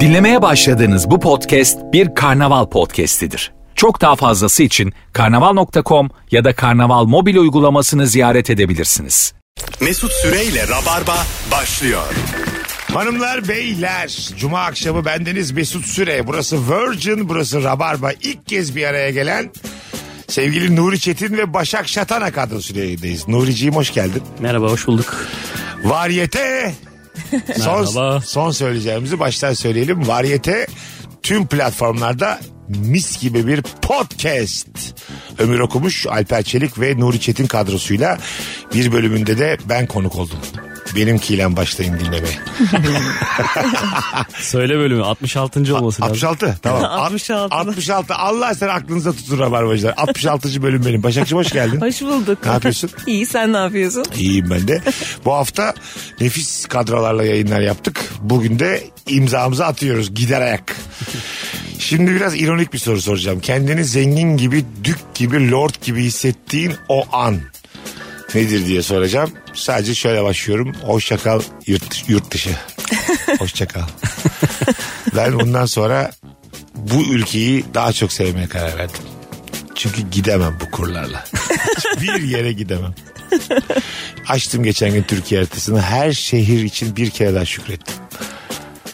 Dinlemeye başladığınız bu podcast bir karnaval podcastidir. Çok daha fazlası için karnaval.com ya da karnaval mobil uygulamasını ziyaret edebilirsiniz. Mesut Süreyle Rabarba başlıyor. Hanımlar beyler cuma akşamı bendeniz Mesut Süre burası Virgin burası Rabarba ilk kez bir araya gelen sevgili Nuri Çetin ve Başak Şatana kadrosuyla yayındayız. Nuriciğim hoş geldin. Merhaba hoş bulduk. Varyete son, Merhaba. son söyleyeceğimizi baştan söyleyelim. Varyete tüm platformlarda mis gibi bir podcast. Ömür Okumuş, Alper Çelik ve Nuri Çetin kadrosuyla bir bölümünde de ben konuk oldum. Benimkiyle başlayın dinlemeye. Söyle bölümü 66. olması lazım. 66 tamam. 66. 66 Allah sen aklınıza tutun Rabarbacılar. 66. bölüm benim. Başakçı hoş geldin. Hoş bulduk. Ne yapıyorsun? İyi sen ne yapıyorsun? İyiyim ben de. Bu hafta nefis kadrolarla yayınlar yaptık. Bugün de imzamızı atıyoruz gider ayak. Şimdi biraz ironik bir soru soracağım. Kendini zengin gibi, dük gibi, lord gibi hissettiğin o an nedir diye soracağım. Sadece şöyle başlıyorum. Hoşça kal yurt, yurt dışı. Hoşça kal. ben bundan sonra bu ülkeyi daha çok sevmeye karar verdim. Çünkü gidemem bu kurlarla. bir yere gidemem. Açtım geçen gün Türkiye haritasını. Her şehir için bir kere daha şükrettim.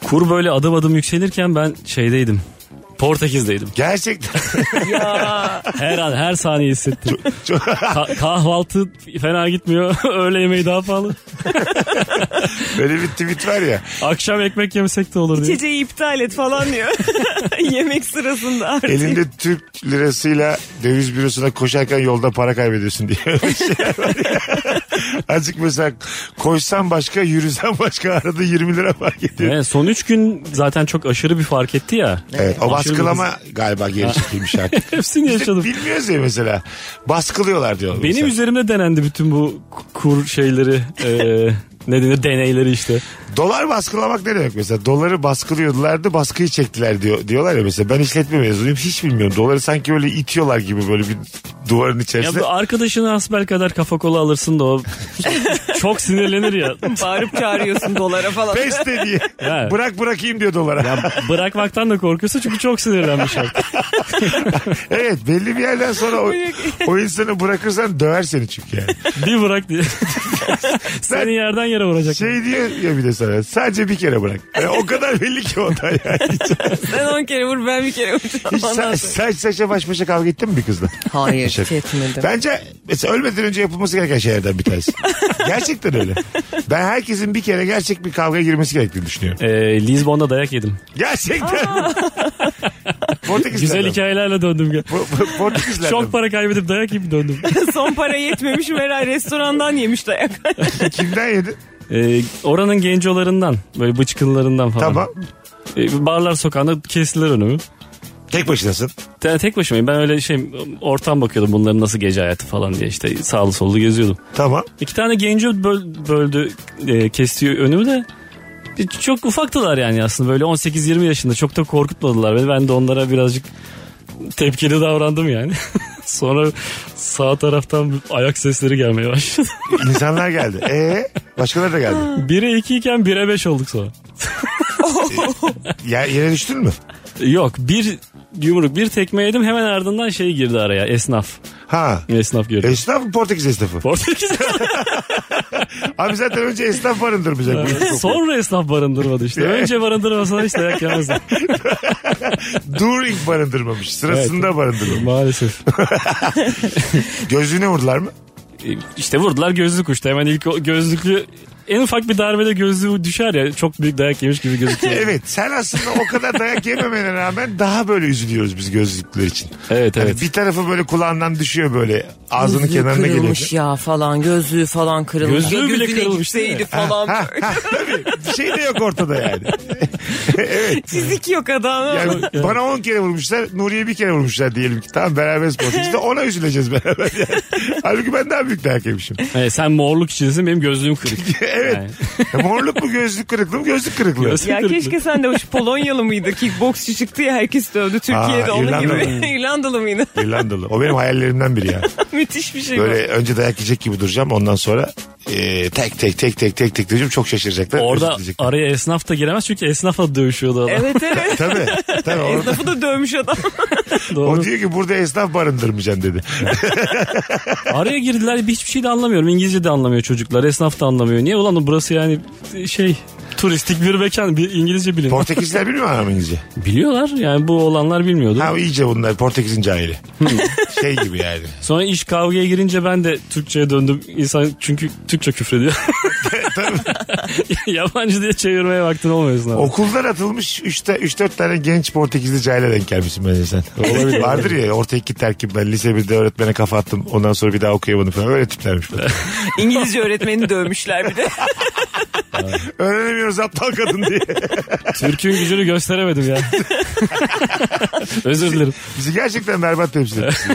Kur böyle adım adım yükselirken ben şeydeydim. Portekiz'deydim. Gerçekten Her an her saniye hissettim. Ka- kahvaltı fena gitmiyor. Öğle yemeği daha pahalı. böyle bir tweet var ya. Akşam ekmek yemesek de olur diye. İçeceği iptal et falan diyor. Yemek sırasında artık. Elinde Türk lirasıyla döviz bürosuna koşarken yolda para kaybediyorsun diye. Öyle şeyler var ya. Azıcık mesela koysan başka yürüsen başka arada 20 lira fark ediyor. Evet, son 3 gün zaten çok aşırı bir fark etti ya. Evet, o Aşırı baskılama galiba geri çekilmiş artık. bir- Hepsini yaşadım. Bilmiyoruz ya mesela. Baskılıyorlar diyorlar. Benim mesela. üzerimde denendi bütün bu kur şeyleri. eee ne denir deneyleri işte. Dolar baskılamak ne demek mesela? Doları baskılıyorlardı baskıyı çektiler diyor, diyorlar ya mesela. Ben işletme mezunuyum hiç bilmiyorum. Doları sanki böyle itiyorlar gibi böyle bir duvarın Ya içerisinde. bu arkadaşına asbel kadar kafa kola alırsın da o çok sinirlenir ya. Bağırıp çağırıyorsun dolara falan. Peste diye. Ya. Bırak bırakayım diyor dolara. Bırakmaktan da korkuyorsun çünkü çok sinirlenmiş artık. evet belli bir yerden sonra o, o insanı bırakırsan döver seni çünkü yani. Bir bırak diye. Seni yerden yere vuracak. Şey diyor ya bir de sana sadece bir kere bırak. Yani o kadar belli ki onda yani. Sen on kere vur ben bir kere vur. Hiç sa- saç saça baş başa kavga ettin mi bir kızla? Hayır Şaka. etmedim. Bence mesela ölmeden önce yapılması gereken şeylerden bir tanesi. Gerçekten öyle. Ben herkesin bir kere gerçek bir kavgaya girmesi gerektiğini düşünüyorum. Ee, Lizbon'da dayak yedim. Gerçekten. Portekizlerden. Güzel hikayelerle döndüm. ya. Po- po- Portekizlerden. Çok para kaybedip dayak yiyip döndüm. Son para yetmemiş Meral restorandan yemiş dayak. Kimden yedin? Ee, oranın gencolarından böyle bıçkınlarından falan. Tamam. Ee, barlar sokağında kestiler önümü. Tek başınasın. Te- Tek başımayım ben öyle şey ortam bakıyordum bunların nasıl gece hayatı falan diye işte sağlı sollu geziyordum. Tamam. İki tane genci böl- böldü e, kesti önümü de E, çok ufaktılar yani aslında böyle 18-20 yaşında çok da korkutmadılar beni ben de onlara birazcık tepkili davrandım yani. Sonra sağ taraftan ayak sesleri gelmeye başladı. İnsanlar geldi. Ee, başkaları da geldi. 1'e 2 iken 1'e 5 olduk sonra. Ya, yere düştün mü? Yok bir yumruk bir tekme yedim hemen ardından şey girdi araya esnaf. Ha. Esnaf girdi. Esnaf mı Portekiz esnafı? Portekiz Abi zaten önce esnaf barındırmayacak. bu- sonra esnaf barındırmadı işte. Önce barındırmasa hiç dayak yemezdi. During barındırmamış. Sırasında barındırmamış. Maalesef. Gözlüğüne vurdular mı? İşte E, vurdular gözlük uçtu. Hemen ilk o gözlüklü en ufak bir darbede gözlüğü düşer ya. Çok büyük dayak yemiş gibi gözüküyor. Evet sen aslında o kadar dayak yememene rağmen daha böyle üzülüyoruz biz gözlükler için. Evet, Hani evet. bir tarafı böyle kulağından düşüyor böyle ağzının Gözlüğü kenarına geliyor. kırılmış ya falan gözlüğü falan kırılmış. Gözlüğü Ya bile gözüne kırılmış değil mi? gitseydi falan. Ha, ha, tabii bir şey de yok ortada yani. Çizik yok adamın. yani bana 10 kere vurmuşlar Nuriye bir kere vurmuşlar diyelim ki tamam beraberiz Portekiz'de ona üzüleceğiz beraber yani. Halbuki ben daha büyük dayak yemişim. Evet, e, sen morluk içindesin benim gözlüğüm kırık. evet. Yani. Morluk mu gözlük kırıklığı mı gözlük kırıklığı. Göz- Ya keşke sen de o şu Polonyalı mıydı? Kickboksçu çıktı ya herkes dövdü Aa, Türkiye'de onun İrlandalı. gibi. İrlandalı mıydı? İrlandalı. O benim hayallerimden biri ya. Müthiş bir şey. bu. Böyle önce dayak yiyecek gibi duracağım ondan sonra e, tek tek tek tek tek tek diyeceğim çok şaşıracaklar. Orada özür dileyecekler. araya esnaf da giremez çünkü esnafla dövüşüyordu adam. Evet evet. Tabii tabii orada. Esnafı da dövmüş adam. Doğru. O diyor ki burada esnaf barındırmayacaksın dedi. Araya girdiler hiçbir şey de anlamıyorum. İngilizce de anlamıyor çocuklar. Esnaf da anlamıyor. Niye ulan burası yani şey turistik bir mekan. Bir İngilizce bilin. Portekizler bilmiyor mu hanım İngilizce? Biliyorlar yani bu olanlar bilmiyordu. Ha iyice bunlar Portekiz'in cahili. şey gibi yani. Sonra iş kavgaya girince ben de Türkçe'ye döndüm. İnsan çünkü Türkçe küfrediyor. Yabancı diye çevirmeye vaktin olmuyor esnaf. Okuldan atılmış 3-4 tane genç Portekizli cahile denk gelmişsin bence sen. Olabilir. Vardır ya orta iki terkip ben lise 1'de öğretmene kafa attım ondan sonra bir daha okuyamadım falan öyle tiplermiş. bunlar. İngilizce öğretmeni dövmüşler bir de. Öğrenemiyoruz aptal kadın diye. Türk'ün gücünü gösteremedim ya. Özür dilerim. Bizi gerçekten berbat temsil etmişsin.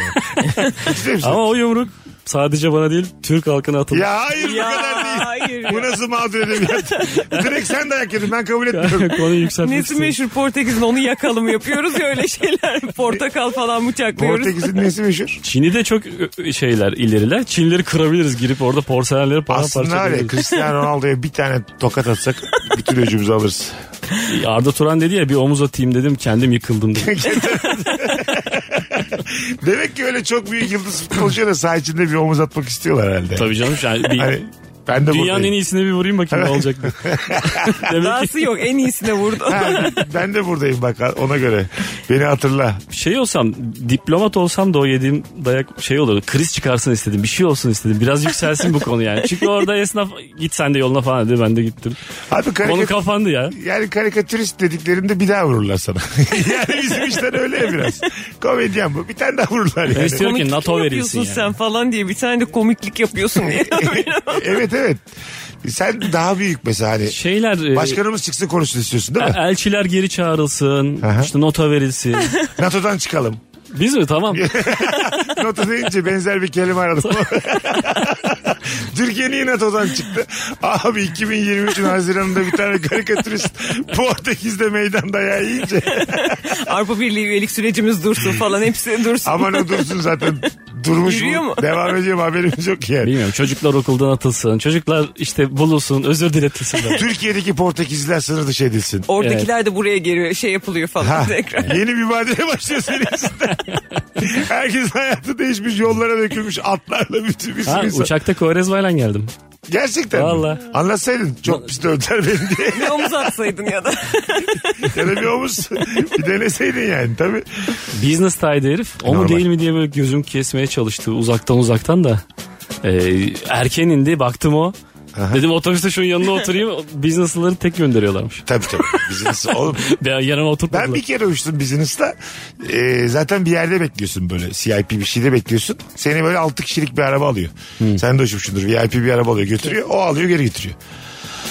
yani. Hiç temsil Ama o yumruk sadece bana değil Türk halkına atıldı. Ya hayır bu kadar değil. hayır. Bu nasıl mağdur edebiyat? Direkt sen dayak yedin ben kabul etmiyorum. Konuyu yükseltmek Nesi istiyorum. meşhur Portekiz'in onu yakalım yapıyoruz ya öyle şeyler. Portakal falan bıçaklıyoruz. Portekiz'in nesi meşhur? Çin'i de çok ö- ö- şeyler ileriler. Çinleri kırabiliriz girip orada porselenleri Aslında paramparça var ya edebiliriz. Cristiano Ronaldo'ya bir tane tokat atsak bütün öcümüzü alırız. Arda Turan dedi ya bir omuz atayım dedim kendim yıkıldım dedim. Demek ki öyle çok büyük yıldız futbolcuya da saha içinde bir omuz atmak istiyorlar herhalde. Tabii canım yani bir- Hani ben de dünyanın en buradayım. Hani- iyisini bir vurayım bakayım ne olacak. Demek ki Dahası yok en iyisine vurdu. Ha, ben de buradayım bak ona göre. Beni hatırla. şey olsam diplomat olsam da o yediğim dayak şey olurdu. Kriz çıkarsın istedim bir şey olsun istedim. Biraz yükselsin bu konu yani. Çünkü orada esnaf git sen de yoluna falan dedi ben de gittim. Abi Konu karikatür... kapandı ya. yani karikatürist dediklerinde bir daha vururlar sana. yani bizim işler öyle ya biraz. Komedyen bu. Bir tane daha vururlar Ben yani. istiyorum ki Komiklik NATO verilsin yapıyorsun yani. sen falan diye bir tane de komiklik yapıyorsun diye. evet evet. Sen daha büyük mesela hani. Şeyler e, Başkanımız çıksın konuşsun istiyorsun değil mi? elçiler geri çağrılsın. Aha. işte nota verilsin. NATO'dan çıkalım. Biz mi tamam. NATO deyince benzer bir kelime aradım. Türkiye niye NATO'dan çıktı? Abi 2023'ün Haziran'ında bir tane karikatürist Portekiz'de meydan dayağı yiyince. Avrupa Birliği üyelik sürecimiz dursun falan hepsi dursun. Aman o dursun zaten. Durmuş Yürüyor mu? mu? Devam ediyor mu? Haberimiz yok yani. Bilmiyorum çocuklar okuldan atılsın. Çocuklar işte bulunsun özür diletilsin. de. Türkiye'deki Portekizliler sınır dışı edilsin. Oradakiler de buraya geliyor şey yapılıyor falan Ha, tekrar. yeni bir mücadele başlıyor senin yüzünden. Herkes hayatı değişmiş, yollara dökülmüş, atlarla bütün bir ha, sürü insan. uçakta Kovarezmayla geldim. Gerçekten mi? Vallahi. Anlatsaydın çok pis dövdüler beni diye. Bir omuz atsaydın ya da. Ya da bir omuz. bir deneseydin yani tabii. Business tie'di herif. O mu Normal. değil mi diye böyle gözüm kesmeye çalıştı uzaktan uzaktan da. Ee, erken indi baktım o. Dedim otobüste şunun yanına oturayım. Business'ları tek gönderiyorlarmış. Tabii tabii. Business oğlum. Ben yanıma oturtmadılar. Ben bir kere uçtum business'ta. Ee, zaten bir yerde bekliyorsun böyle. CIP bir şeyde bekliyorsun. Seni böyle 6 kişilik bir araba alıyor. Sen de uçmuşsundur. VIP bir araba alıyor götürüyor. O alıyor geri getiriyor.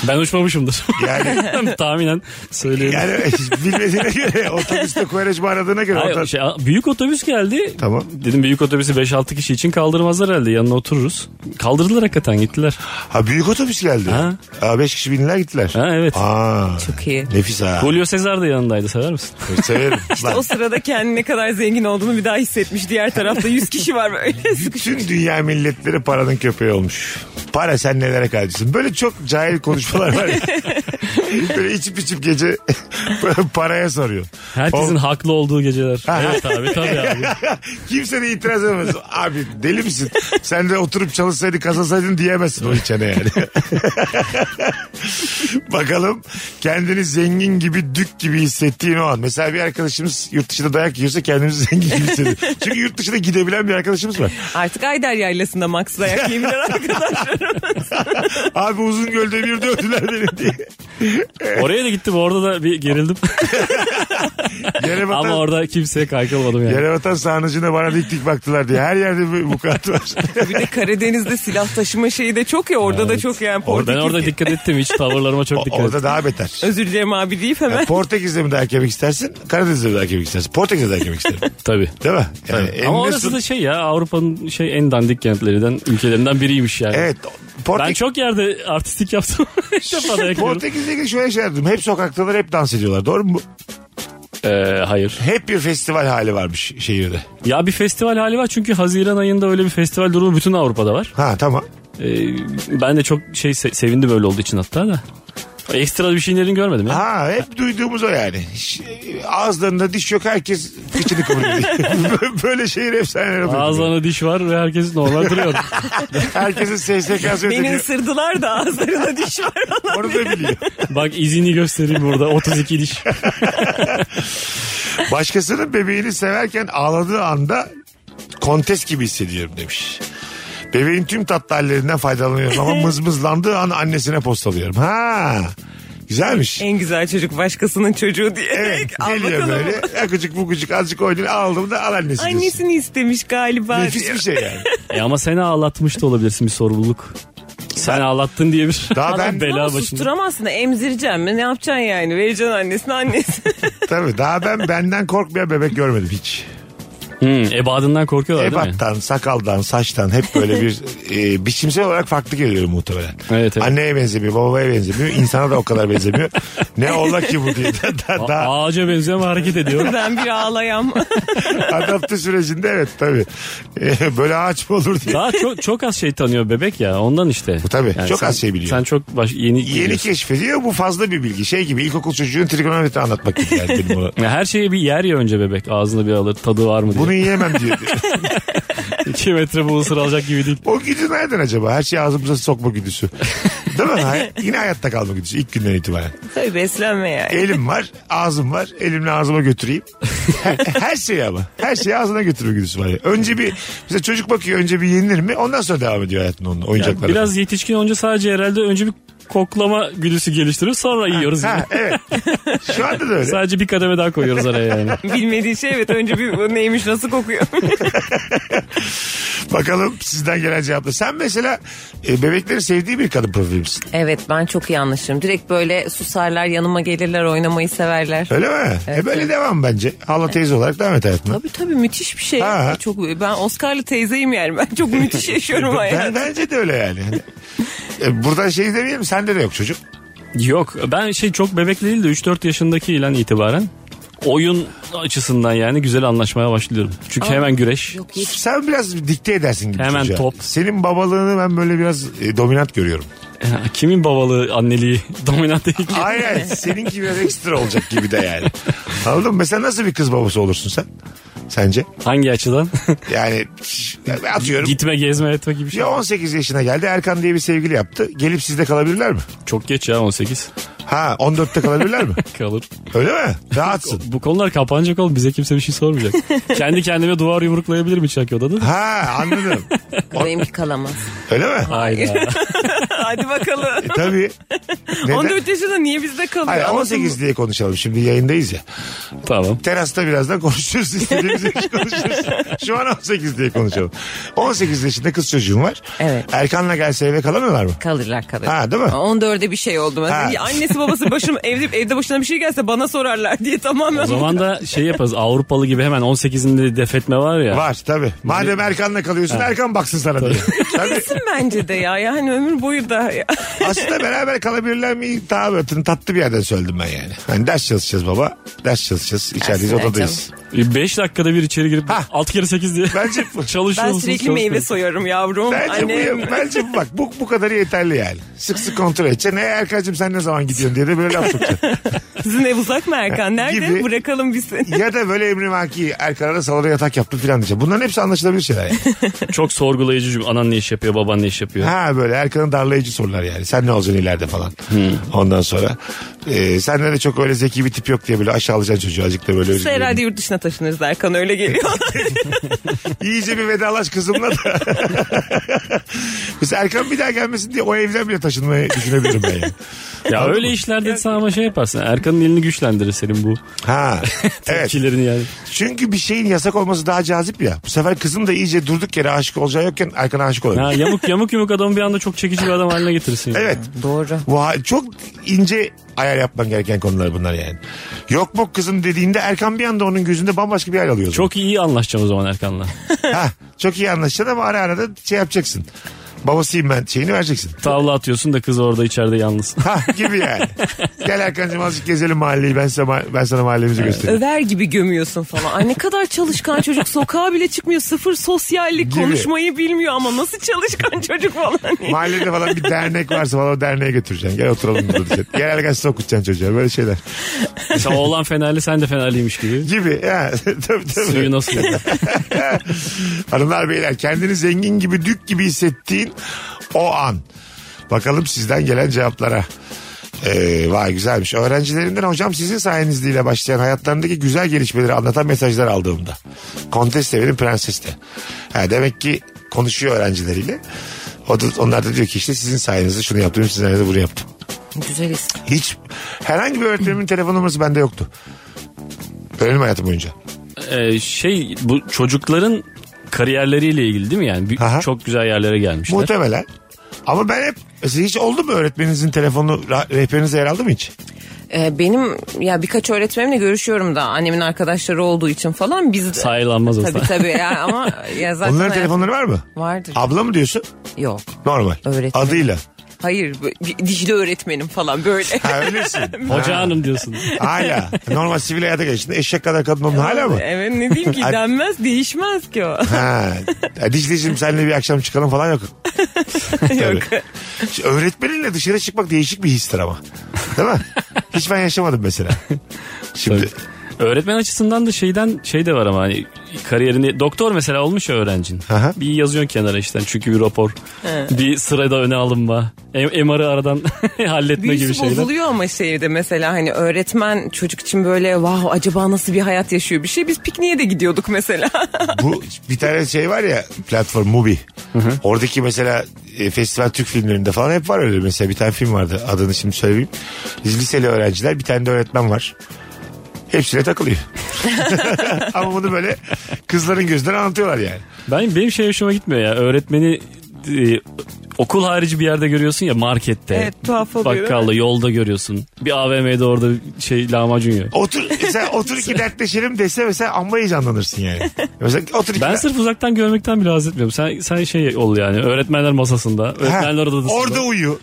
Ben uçmamışımdır. Yani Tahminen söyleyeyim. yani e, bilmediğine göre otobüste koyarışma aradığına göre. Hayır, oradan- şey, büyük otobüs geldi. Tamam. Dedim büyük otobüsü 5-6 kişi için kaldırmazlar herhalde yanına otururuz. Kaldırdılar hakikaten gittiler. Ha büyük otobüs geldi. Ha. Ha. 5 kişi bindiler gittiler. Ha evet. Aa, Çok iyi. nefis ha. Julio Cesar da yanındaydı sever misin? Severim. Lan, O sırada kendi ne kadar zengin olduğunu bir daha hissetmiş. Diğer tarafta 100 kişi var böyle. Bütün dünya milletleri paranın köpeği olmuş. Para sen nelere kadıysın. Böyle çok cahil konuşmalar var ya. Böyle içip içip gece paraya soruyor. Herkesin O- haklı olduğu geceler. evet abi tabii abi. Kimse de itiraz edemez. Abi deli misin? Sen de oturup çalışsaydın kazansaydın diyemezsin o içene yani. Bakalım kendini zengin gibi dük gibi hissettiğin o an. Mesela bir arkadaşımız yurt dışında dayak yiyorsa kendimizi zengin gibi hissediyor. Çünkü yurt dışına gidebilen bir arkadaşımız var. Artık Ayder Yaylası'nda Max dayak yeminler arkadaşlarım. Abi uzun gölde bir dövdüler beni diye. Oraya da gittim orada da bir gerildim. Yere batan, Ama orada kimseye kaykılmadım yani. yere batan sarnıcına bana dik dik baktılar diye. Her yerde bir vukuat var. Bir de Karadeniz'de silah taşıma şeyi de çok ya orada da çok yani. Ben Portekiz- orada dikkat ettim hiç tavırlarıma çok dikkat ettim. Orada daha beter. Özür dilerim abi deyip Yani hemen. Portekiz'de mi dayak yemek istersin? Karadeniz'de mi dayak yemek istersin? Portekiz'de dayak yemek isterim. Tabii. Değil mi? Yani eninde Ama orası son- da şey ya Avrupa'nın şey en dandik kentlerinden ülkelerinden biriymiş yani. Evet. Ben Portek... çok yerde artistik yaptım. Hiç defa da yakıyorum. Portekiz'le ilgili şöyle şeyler duydum. Hep sokaktalar hep dans ediyorlar. Doğru mu? bu? Ee, hayır. Hep bir festival hali varmış şehirde. Ya bir festival hali var çünkü Haziran ayında öyle bir festival durumu bütün Avrupa'da var. Ha tamam. Ee, ben de çok şey se- sevindi böyle olduğu için hatta da. Ekstra bir şeylerini görmedim ya. Ha hep duyduğumuz o yani. Ş- Ağızlarında diş yok herkes kıçını kıvırıyor. diye. Böyle şehir efsaneleri duydum. Ağızlarına diş var ve herkes normal duruyor. Herkesin SSK'sı Beni ödeniyor. ısırdılar da ağızlarına diş var falan. Onu da biliyor. Bak izini göstereyim burada 32 diş. Başkasının bebeğini severken ağladığı anda kontes gibi hissediyorum demiş. Bebeğin tüm tatlı hallerinden faydalanıyorum ama mızmızlandığı an annesine postalıyorum. Ha güzelmiş. En güzel çocuk başkasının çocuğu diye. Evet Al geliyor bakalım. böyle akıcık bukucuk azıcık oynayın aldım da al annesi. diyorsun. Annesini istemiş galiba. Nefis diyor. bir şey yani. E ama seni ağlatmış da olabilirsin bir sorumluluk. Sen ağlattın diye bir Daha adam ben- Ama bela başında. susturamazsın da emzireceğim mi? Ne yapacaksın yani? Vereceksin annesine annesi. Tabii daha ben benden korkmayan bebek görmedim hiç. Hmm, ebadından korkuyorlar değil mi? Ebattan, sakaldan, saçtan hep böyle bir e, biçimsel olarak farklı geliyorum muhtemelen. Evet, evet. Anneye benzemiyor, babaya benzemiyor, insana da o kadar benzemiyor. ne ola ki bu diye. Daha, daha, A- ağaca benziyor ama hareket ediyor. ben bir ağlayam. adapte sürecinde evet tabii. E, böyle ağaç mı olur diye. Daha çok çok az şey tanıyor bebek ya ondan işte. Bu tabii, çok sen- az şey biliyor. Sen çok baş, yeni Yeni biliyorsun. keşfediyor bu fazla bir bilgi. Şey gibi ilkokul çocuğun trigonometri anlatmak gibi yani benim ona. Ya her şeyi bir yer ya önce bebek ağzında bir alır tadı var mı diye. Bunu yiyemem diye. 2 metre bu ısır alacak gibi değil. O güdü nereden acaba? Her şeyi ağzımıza sokma güdüsü. Değil mi? Hay- Yine hayatta kalma güdüsü ilk günden itibaren. Tabii beslenme yani. Elim var, ağzım var. Elimle ağzıma götüreyim. Her, her şeyi ama. Her şeyi ağzına götürme güdüsü var. ya. Önce bir, mesela çocuk bakıyor önce bir yenilir mi? Ondan sonra devam ediyor hayatın onun oyuncakları. Biraz yetişkin olunca sadece herhalde önce bir koklama güdüsü geliştirir sonra yiyoruz. Ha, yine. evet. Şu anda da öyle. Sadece bir kademe daha koyuyoruz araya yani. Bilmediği şey evet önce bir bu neymiş nasıl kokuyor. Bakalım sizden gelen cevapla. Sen mesela e, bebekleri sevdiği bir kadın profili misin? evet ben çok iyi anlaşırım. Direkt böyle susarlar yanıma gelirler oynamayı severler. Öyle mi? e böyle devam bence. Hala teyze olarak devam et hayatına. Tabii tabii müthiş bir şey. Ha. Çok ben Oscar'lı teyzeyim yani. Ben çok müthiş yaşıyorum Ben, hayatı. bence de öyle yani. Hani, e, buradan şey demeyelim sende de yok çocuk. Yok ben şey çok bebek değil de 3-4 yaşındaki ilan itibaren oyun açısından yani güzel anlaşmaya başlıyorum. Çünkü hemen güreş. Yok hiç. Sen biraz dikte edersin gibi Hemen çocuğa. top. Senin babalığını ben böyle biraz e, dominant görüyorum. E, Kimin babalığı anneliği dominant değil ki. Aynen seninki biraz ekstra olacak gibi de yani. Anladın mı? Mesela nasıl bir kız babası olursun sen? Sence? Hangi açıdan? Yani atıyorum. Gitme gezme etme gibi şey. Ya 18 yaşına geldi Erkan diye bir sevgili yaptı. Gelip sizde kalabilirler mi? Çok geç ya 18 Ha 14'te kalabilirler mi? kalır. Öyle mi? Rahatsın. Bu konular kapanacak oğlum bize kimse bir şey sormayacak. Kendi kendime duvar yumruklayabilirim içeriki odada da. Ha anladım. Benimki kalamaz. Öyle mi? Hayda. Hadi bakalım. E, tabii. Neden? 14 yaşında niye bizde kalıyor? Hayır, Anlatın 18 diye konuşalım. Şimdi yayındayız ya. tamam. Terasta birazdan konuşuruz. İstediğimiz yaşı konuşuruz. Şu an 18 diye konuşalım. 18 yaşında kız çocuğum var. Evet. Erkan'la gelse eve kalamıyorlar mı? Kalırlar kalır. Ha, değil mi? 14'e bir şey oldu mesela. Ha. Ya Annesi babası başım evde evde başına bir şey gelse bana sorarlar diye tamamen. O zaman da şey yaparız Avrupalı gibi hemen 18'inde defetme var ya. Var tabii. Madem Erkan'la kalıyorsun Erkan baksın sana diye. Tabii. Kesin bence de ya. Yani ömür boyu da. ya. Aslında beraber kalabilirler mi? Daha böyle tatlı bir yerden söyledim ben yani. Hani ders çalışacağız baba. Ders çalışacağız. İçerideyiz Aslında odadayız. 5 dakikada bir içeri girip Ha. 6 kere 8 diye Bence bu. çalışıyor Ben musunuz, sürekli çalışmıyor meyve musunuz? soyarım yavrum. Bence bu, Annem. ya- bence bu bak bu, bu kadarı yeterli yani. Sık sık kontrol edeceksin. Hey Erkan'cığım sen ne zaman gidiyorsun diye de böyle laf sokacaksın. Sizin ev uzak mı Erkan? Nerede? Gibi. Bırakalım biz seni. ya da böyle Emre Maki Erkan'a da salona yatak yaptım filan diyeceğim. Bunların hepsi anlaşılabilir şeyler yani. Çok sorgulayıcı cümle. Anan ne iş yapıyor, baban ne iş yapıyor. Ha böyle Erkan'ın darlayıcı sorular yani. Sen ne olacaksın ileride falan. Ondan sonra. E, senden de çok öyle zeki bir tip yok diye böyle aşağılayacaksın çocuğu azıcık da böyle. Biz herhalde yurt dışına taşınırız Erkan öyle geliyor. İyice bir vedalaş kızımla da. Mesela Erkan bir daha gelmesin diye o evden bile taşınmayı düşünebilirim ben yani. Ya öyle işlerde sen ama şey yaparsın. Erkan'ın elini güçlendirir senin bu Ha. evet. tepkilerini yani. Çünkü bir şeyin yasak olması daha cazip ya. Bu sefer kızım da iyice durduk yere aşık olacağı yokken Erkan'a aşık olabilir. Ha, yamuk yamuk yumuk adamı bir anda çok çekici bir adam haline getirirsin. yani. Evet. Doğru. Bu ha- çok ince ayar yapman gereken konular bunlar yani. Yok mu kızım dediğinde Erkan bir anda onun gözünde bambaşka bir hal alıyor. o zaman. Çok iyi anlaşacağım o zaman Erkan'la. Ha, çok iyi anlaşacaksın ama ara ara da şey yapacaksın. babasıyım ben şeyini vereceksin. Tavla atıyorsun da kız orada içeride yalnız. Ha gibi yani. Gel Erkan'cığım azıcık gezelim mahalleyi ben, sana, ben sana mahallemizi göstereyim. Över gibi gömüyorsun falan. Ay ne kadar çalışkan çocuk. Sokağa bile çıkmıyor. Sıfır sosyallik. Gibi. Konuşmayı bilmiyor ama nasıl çalışkan çocuk falan. Mahallede falan bir dernek varsa falan o derneğe götüreceksin. Gel oturalım burada diyeceksin. Gel Erkan size okutacaksın çocuğa böyle şeyler. Mesela oğlan fenerli sen de fenerliymiş gibi. Gibi. Ha, tabii, tabii. Suyu nasıl yedin? Hanımlar beyler kendini zengin gibi dük gibi hissettiğin o an. Bakalım sizden gelen cevaplara. Ee, vay güzelmiş. Öğrencilerimden hocam sizin sayenizdeyle başlayan hayatlarındaki güzel gelişmeleri anlatan mesajlar aldığımda. Kontes de benim prenses de. Ha, demek ki konuşuyor öğrencileriyle. O da, onlar da diyor ki işte sizin sayenizde şunu yaptım, sizin sayenizde bunu yaptım. Güzel Hiç herhangi bir öğretmenimin telefon numarası bende yoktu. Öğrenim hayatım boyunca. Ee, şey bu çocukların kariyerleriyle ilgili değil mi yani? Bir- Aha. Çok güzel yerlere gelmişler. Muhtemelen. Ama ben hep mesela hiç oldu mu öğretmeninizin telefonu ra- rehberinize yer aldı mı hiç? Ee, benim ya birkaç öğretmenimle görüşüyorum da annemin arkadaşları olduğu için falan biz de. Sayılanmaz o tabii zaman. tabii ya ama ya zaten Onların hayat- telefonları var mı? vardır. Abla mı diyorsun? Yok. Normal. Öğretmen. Adıyla. Hayır bu- bir dişli öğretmenim falan böyle. Ha öylesin. Hoca hanım diyorsun. Ha, hala. Normal sivil hayata geçtin. Eşek kadar kadın onun hala mı? Evet ne diyeyim ki Ay- denmez değişmez ki o. Ha. Ya Dicle'cim seninle bir akşam çıkalım falan yok. Tabii. Şimdi Öğretmeninle dışarı çıkmak değişik bir histir ama. Değil mi? Hiç ben yaşamadım mesela. Şimdi Öğretmen açısından da şeyden şey de var ama hani kariyerini doktor mesela olmuş ya öğrencin. Aha. Bir yazıyorsun kenara işte çünkü bir rapor. bir sırada öne alınma. M- MR'ı aradan halletme gibi Büyüsü şeyler. bozuluyor ama şeyde mesela hani öğretmen çocuk için böyle vah acaba nasıl bir hayat yaşıyor bir şey. Biz pikniğe de gidiyorduk mesela. Bu bir tane şey var ya platform Mubi. Oradaki mesela e, festival Türk filmlerinde falan hep var öyle. Mesela bir tane film vardı adını şimdi söyleyeyim. Biz liseli öğrenciler bir tane de öğretmen var. Hepsine takılıyor. Ama bunu böyle kızların gözünden anlatıyorlar yani. Ben benim şey hoşuma gitmiyor ya. Öğretmeni e, okul harici bir yerde görüyorsun ya markette. Evet, tuhaf oluyor, Bakkalda yolda görüyorsun. Bir AVM'de orada şey lahmacun yiyor. Otur, mesela otur iki dertleşelim dese mesela amma heyecanlanırsın yani. Mesela otur iki Ben sırf uzaktan görmekten bile haz etmiyorum. Sen, sen şey ol yani öğretmenler masasında, Ha, öğretmenler odasında. Orada uyu.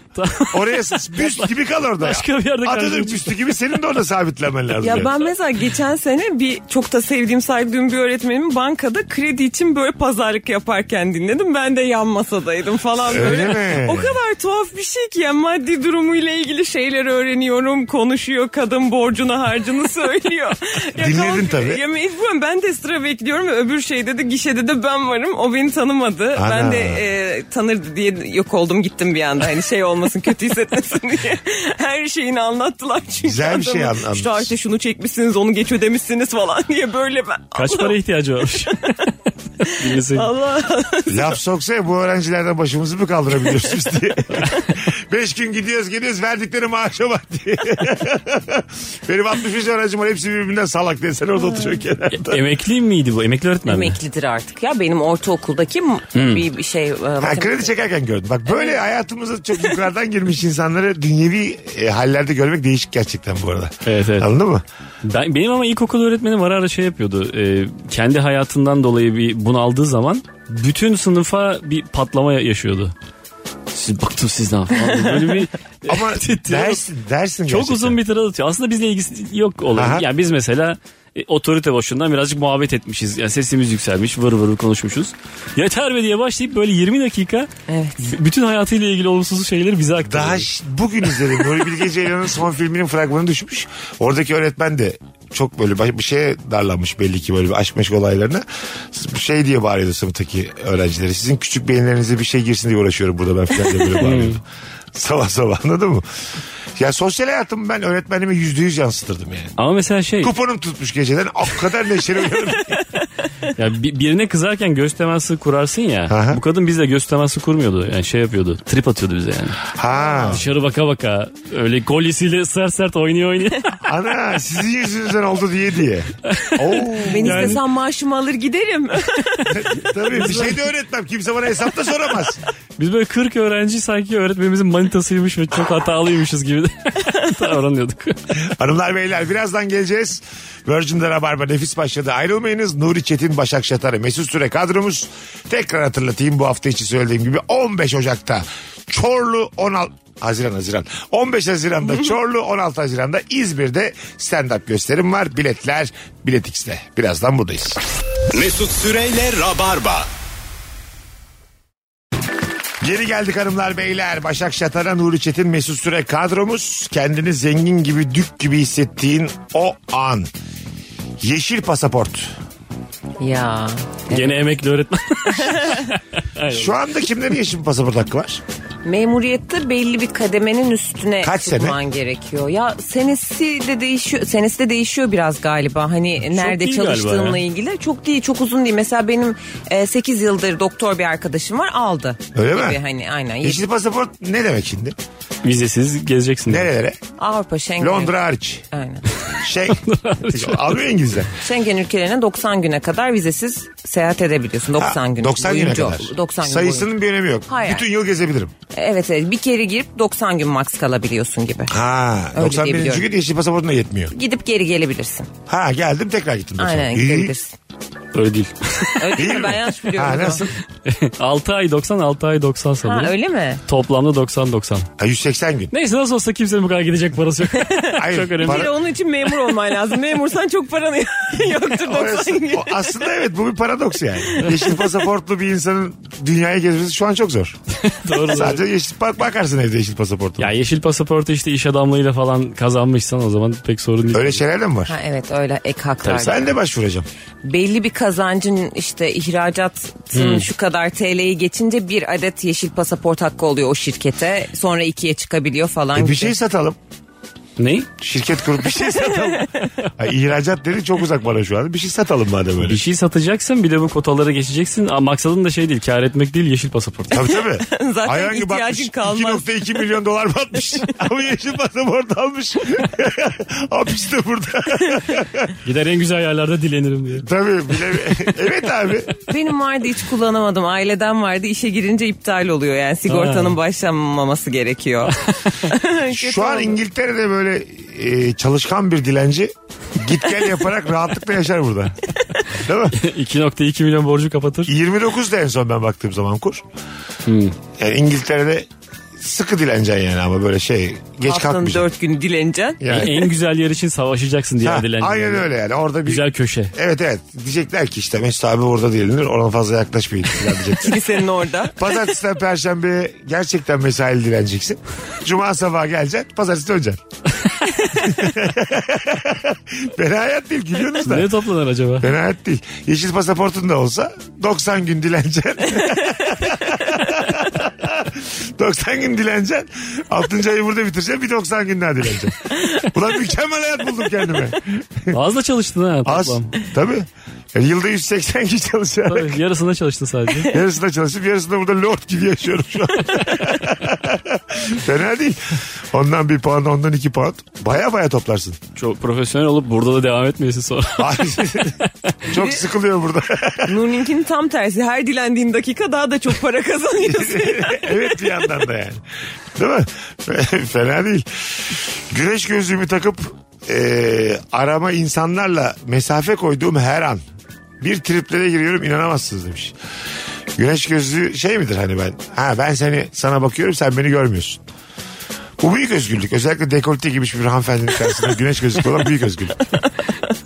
Oraya s- büst gibi kal orada. Başka bir yerde karşına Atatürk çık. büstü gibi senin de orada sabitlemen lazım. Ya yani. ben mesela geçen sene bir çok da sevdiğim saygıdığım bir öğretmenim bankada kredi için böyle pazarlık yaparken dinledim. Ben de yan masadaydım falan böyle. Öyle mi? O kadar tuhaf bir şey ki ya maddi durumuyla ilgili şeyler öğreniyorum. Konuşuyor kadın borcuna harcını söylüyor. Ya Dinledin kalk- tabii. Ya mecburen ben de sıra bekliyorum ve öbür şeyde de gişede de ben varım. O beni tanımadı. Ana. Ben de e, tanırdı diye yok oldum gittim bir anda. Hani şey olmasın kötü hissetmesin diye. Her şeyini anlattılar çünkü. Güzel bir şey Adamın, anlatmış. Şu tarihte şunu çekmişsiniz onu geç ödemişsiniz falan diye böyle ben. Kaç para ihtiyacı varmış? Dinlesin. Allah. Laf soksa ya, bu öğrencilerden başımızı mı kaldırabiliyoruz biz diye. Beş gün gidiyoruz geliyoruz verdikleri maaşa bak diye. Benim 65 öğrencim var hepsi birbirinden salak diye sen orada oturuyor kenarda. Emekli miydi bu? Emekli öğretmen mi? Emeklidir artık ya benim ortaokuldaki Hmm. bir, bir şey. e, Ha, matematik- kredi çekerken gördüm. Bak böyle hayatımıza çok yukarıdan girmiş insanları dünyevi e, hallerde görmek değişik gerçekten bu arada. Evet, evet. Anladın mı? Ben, benim ama ilkokul öğretmenim ara ara şey yapıyordu. E, kendi hayatından dolayı bir bunaldığı zaman bütün sınıfa bir patlama yaşıyordu. Siz bıktım sizden falan. Böyle bir Ama Titriyor. dersin, dersin Çok gerçekten. uzun bir tirad atıyor. Aslında bizle ilgisi yok olan. Aha. Yani biz mesela e, otorite boşluğundan birazcık muhabbet etmişiz. Yani sesimiz yükselmiş, vır vır konuşmuşuz. Yeter be diye başlayıp böyle 20 dakika Evet. b- bütün hayatıyla ilgili olumsuz şeyleri bize aktarıyor. Daha ş- bugün izledim. Nuri Bilge Ceylan'ın son filminin fragmanı düşmüş. Oradaki öğretmen de çok böyle baş- bir şeye darlanmış belli ki böyle bir aşk meşk olaylarına. S- Şey diye bağırıyordu sınıftaki öğrencilere. Sizin küçük beyinlerinize bir şey girsin diye uğraşıyorum burada ben falan diye böyle bağırıyordu. sabah sabah anladın mı? Ya sosyal hayatımı ben öğretmenime yüzde yüz yansıtırdım yani. Ama mesela şey, Kuponum tutmuş geceden o kadar neşeli uyandım. ya bi- birine kızarken göz teması kurarsın ya. Aha. Bu kadın bizle göz teması kurmuyordu. Yani şey yapıyordu. Trip atıyordu bize yani. Ha Dışarı baka baka öyle kolyesiyle sert sert oynuyor oynuyor. ana sizin yüzünüzden oldu diye diye. Oo, Ben Yani- istesem maaşımı alır giderim. tabii bir şey de öğretmem. Kimse bana hesap da soramaz. Biz böyle 40 öğrenci sanki öğretmenimizin manitasıymış ve çok hatalıymışız gibi. davranıyorduk. Hanımlar beyler birazdan geleceğiz. Virgin'de Rabarba nefis başladı. Ayrılmayınız. Nuri Çetin, Başak Şatar'ı, Mesut Süre kadromuz. Tekrar hatırlatayım bu hafta içi söylediğim gibi 15 Ocak'ta Çorlu 16 Haziran Haziran. 15 Haziran'da Çorlu 16 Haziran'da İzmir'de stand-up gösterim var. Biletler Biletix'te. Birazdan buradayız. Mesut Süreyle Rabarba. Geri geldik hanımlar beyler. Başak Şatan'a Nuri Çetin Mesut Süre kadromuz. Kendini zengin gibi dük gibi hissettiğin o an. Yeşil pasaport. Ya. Gene emekli öğretmen. Şu anda kimlerin yeşil pasaport hakkı var? Memuriyette belli bir kademenin üstüne Kaç sene? çıkman gerekiyor. Ya senesi de değişiyor. Senesi de değişiyor biraz galiba. Hani nerede değil galiba çalıştığınla ya. ilgili. Çok değil, çok uzun değil. Mesela benim 8 yıldır doktor bir arkadaşım var, aldı. Öyle Gibi mi? hani aynen. Yeşil pasaport ne demek şimdi? Vizesiz gezeceksin. Nerelere? Avrupa Schengen. Londra hariç. Aynen. Şey. Almıyor İngilizler. Schengen ülkelerine 90 güne kadar vizesiz seyahat edebiliyorsun. 90 Ha, gün. 90 güne boyunca. kadar. 90 gün Sayısının bir önemi yok. Hayır. Bütün yıl gezebilirim. boyunca. Evet evet bir kere girip 90 gün max kalabiliyorsun gibi. Ha, Öyle 91. diyebiliyorum. gün yeşil pasaportuna yetmiyor. Gidip geri gelebilirsin. Ha geldim tekrar gittim. doksan. Aynen İyi. gidebilirsin. Öyle değil. Öyle değil mi? mi? Ben yanlış biliyorum. o Ha zaman. nasıl? 6 ay 90, 6 ay 90 sanırım. Ha öyle mi? Toplamda 90-90. Ha, 180 gün. Neyse nasıl olsa kimsenin bu kadar gidecek parası yok. Hayır, Çok önemli. para- Bir de onun için memur olman lazım. Memursan çok paran yoktur 90 Orası- gün. o aslında evet bu bir paradoks yani. Yeşil pasaportlu bir insanın dünyayı gezmesi şu an çok zor. Doğru. Sadece yeşil bak bakarsın evde yeşil pasaportuna. Ya yeşil pasaportu işte iş adamlığıyla falan kazanmışsan o zaman pek sorun değil. Öyle şeyler de mi var? Ha evet öyle ek haklar. Ben de başvuracağım. Belli bir kazancın işte ihracatın Hmm. şu kadar TL'yi geçince bir adet yeşil pasaport hakkı oluyor o şirkete. Sonra ikiye çıkabiliyor falan. E, bir gibi. şey satalım. Ne? Şirket kurup bir şey satalım. Ay, ihracat dedi çok uzak bana şu an. Bir şey satalım madem öyle. Bir şey satacaksın bir de bu kotalara geçeceksin. Aa, maksadın da şey değil kar etmek değil yeşil pasaport. Tabii tabii. şey- Zaten Hayvan gibi ihtiyacın bakmış. kalmaz. 2.2 milyon dolar batmış. Ama yeşil pasaport almış. Hapiste burada. Gider en güzel yerlerde dilenirim diye. tabii. Bile... Evet abi. Benim vardı hiç kullanamadım. Aileden vardı işe girince iptal oluyor yani sigortanın Ha. başlamaması gerekiyor. Şu an İngiltere'de böyle e, çalışkan bir dilenci git gel yaparak rahatlıkla yaşar burada. Değil mi? 2.2 milyon borcu kapatır. 29 da en son ben baktığım zaman kur. Yani İngiltere'de sıkı dileneceksin yani ama böyle şey geç Haftanın kalkmayacaksın. dört günü dileneceksin. Yani. En güzel yer için savaşacaksın diye Ha, dilenci. aynen öyle yani orada bir Güzel köşe. Evet evet diyecekler ki işte Mesut abi orada dilinir ona fazla yaklaşmayın falan diyecekler. Kilisenin orada. Pazartesiden perşembe gerçekten mesaili dileneceksin. Cuma sabahı geleceksin pazartesi döneceksin. Fena hayat değil gülüyorsunuz da. Ne toplanır acaba? Fena hayat değil. Yeşil pasaportun da olsa 90 gün dileneceksin. 90 gün dileneceksin. 6. ayı burada bitireceksin. Bir 90 gün daha dileneceksin. Ulan mükemmel hayat buldum kendime. Az da çalıştın ha Az. toplam. Tabii. Yani yılda 180 gün çalışarak. Tabii, yarısında çalıştın sadece. Yarısında çalışıp yarısında burada lord gibi yaşıyorum şu an. Fena değil. Ondan bir puan ondan iki puan. Baya baya toplarsın. Çok profesyonel olup burada da devam etmiyorsun sonra. Çok sıkılıyor burada. Nur'unkinin tam tersi. Her dilendiğin dakika daha da çok para kazanıyorsun. evet bir yandan da yani. Değil mi? Fena değil. Güneş gözlüğümü takıp e, arama insanlarla mesafe koyduğum her an bir triplere giriyorum inanamazsınız demiş. Güneş gözlüğü şey midir hani ben? Ha ben seni sana bakıyorum sen beni görmüyorsun. Bu büyük özgürlük. Özellikle dekolte gibi bir hanımefendinin karşısında güneş gözlüklü olan büyük özgürlük.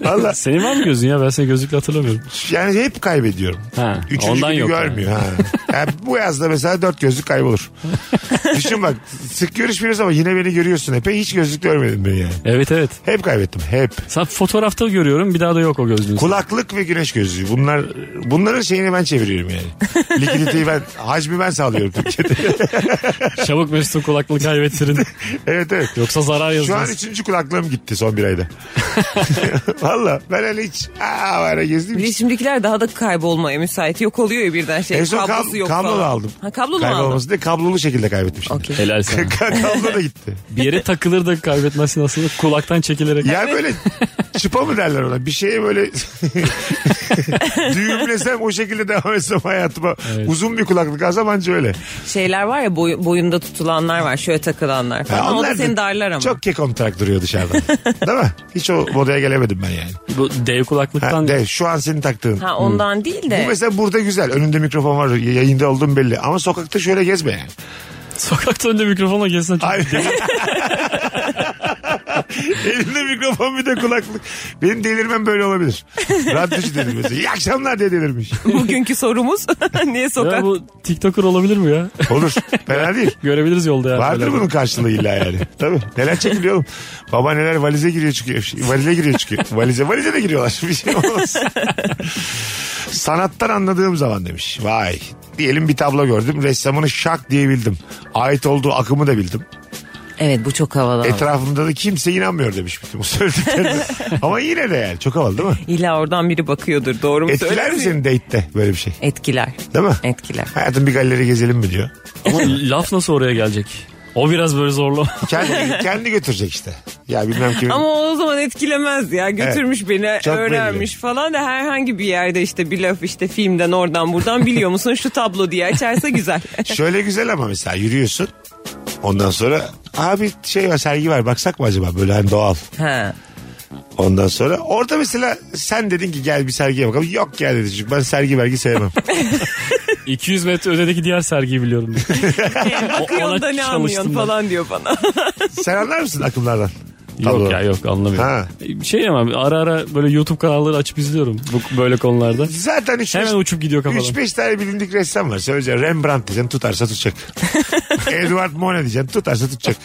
Valla Senin var mı gözün ya? Ben seni gözlükle hatırlamıyorum. yani hep kaybediyorum. Ha, Üçüncü ondan günü yok görmüyor. Ha. Yani bu yazda mesela dört gözlük kaybolur. Düşün bak sık görüşmüyoruz ama yine beni görüyorsun epey. Hiç gözlük görmedin beni yani. Evet evet. Hep kaybettim hep. Sen fotoğrafta görüyorum bir daha da yok o gözlüğün. Kulaklık ve güneş gözlüğü. Bunlar bunların şeyini ben çeviriyorum yani. Likiditeyi ben, hacmi ben sağlıyorum Türkiye'de. Çabuk Mesut'un kulaklığı kaybettirin. evet evet. Yoksa zarar Şu an yazılır. üçüncü kulaklığım gitti son bir ayda. Valla ben öyle hiç aa var ya gezdim. Bir de hiç. şimdikiler daha da kaybolmaya müsait. Yok oluyor ya birden şey. En son kablosu kablo, yok kablolu falan. aldım. Ha, kablolu mu aldın? Kaybolması diye kablolu şekilde kaybetmiştim. Okey. Helal sana. kablo da gitti. Bir yere takılır da kaybetmezsin aslında kulaktan çekilerek. Ya böyle Çıpa mı derler ona? Bir şeye böyle düğümlesem o şekilde devam etsem hayatıma. Uzun bir kulaklık alsam anca öyle. Şeyler var ya boy- boyunda tutulanlar var şöyle takılanlar Ha, falan. o onlar da da seni darlar ama. Çok kek kontrak duruyor dışarıda. Değil mi? Hiç o modaya gelemedim ben yani. Bu dev Ha, kulaklıktan de, şu an senin taktığın. Ha ondan değil Bu de. mesela burada güzel. Önünde mikrofon var. Yayında olduğum belli. Ama sokakta şöyle gezme yani. sokakta önde mikrofonla gelsen çok Ay- Elinde mikrofon bir de kulaklık. Benim delirmem böyle olabilir. Radyocu delirmesi. İyi akşamlar diye delirmiş. Bugünkü sorumuz niye Ya sokak? bu TikToker olabilir mi ya? Olur. Fena değil. Görebiliriz yolda ya. Vardır Böyle. bunun karşılığı illa yani. Tabii. Neler çekiliyor oğlum. Baba neler valize giriyor çıkıyor. Şey, Valize giriyor çıkıyor. Valize, valize de giriyorlar. Bir şey olmaz. Sanattan anladığım zaman demiş. Vay. Diyelim bir tablo gördüm. Ressamını şak diyebildim. Ait olduğu akımı da bildim. Evet bu çok havalı. E, ama. Etrafımda da kimse inanmıyor demiş bütün bu söylediklerine. Ama yine de yani çok havalı değil mi? İlla oradan biri bakıyordur doğru mu Etkiler mi söylüyorum? seni date'te böyle bir şey? Etkiler. Değil mi? Etkiler. Hayatım bir galeri gezelim mi diyor. Ama laf nasıl oraya gelecek? O biraz böyle zorlu. Kendi, kendi götürecek işte. Ya bilmem kim. Ama o o zaman etkilemez ya. Götürmüş beni Çok öğrenmiş falan da herhangi bir yerde işte bir laf işte filmden oradan buradan biliyor musun şu tablo diye açarsa güzel. Şöyle güzel ama mesela yürüyorsun. Ondan sonra abi şey var sergi var baksak mı acaba böyle hani doğal. Ha. Ondan sonra orada mesela sen dedin ki gel bir sergiye bakalım. Yok gel dedi çünkü ben sergi vergi sevmem. 200 metre ötedeki diğer sergiyi biliyorum. Bakıyorum da ne çalıştım anlıyorsun ben. falan diyor bana. sen anlar mısın akımlardan? Tablodan. yok ya yok anlamıyorum. Ha. Şey ama ara ara böyle YouTube kanalları açıp izliyorum bu böyle konularda. Zaten üç Hemen beş- uçup gidiyor kafadan. 3-5 tane bilindik ressam var. Söyleyeceğim Rembrandt diyeceksin tutarsa tutacak. Edward Monet diyeceksin tutarsa tutacak.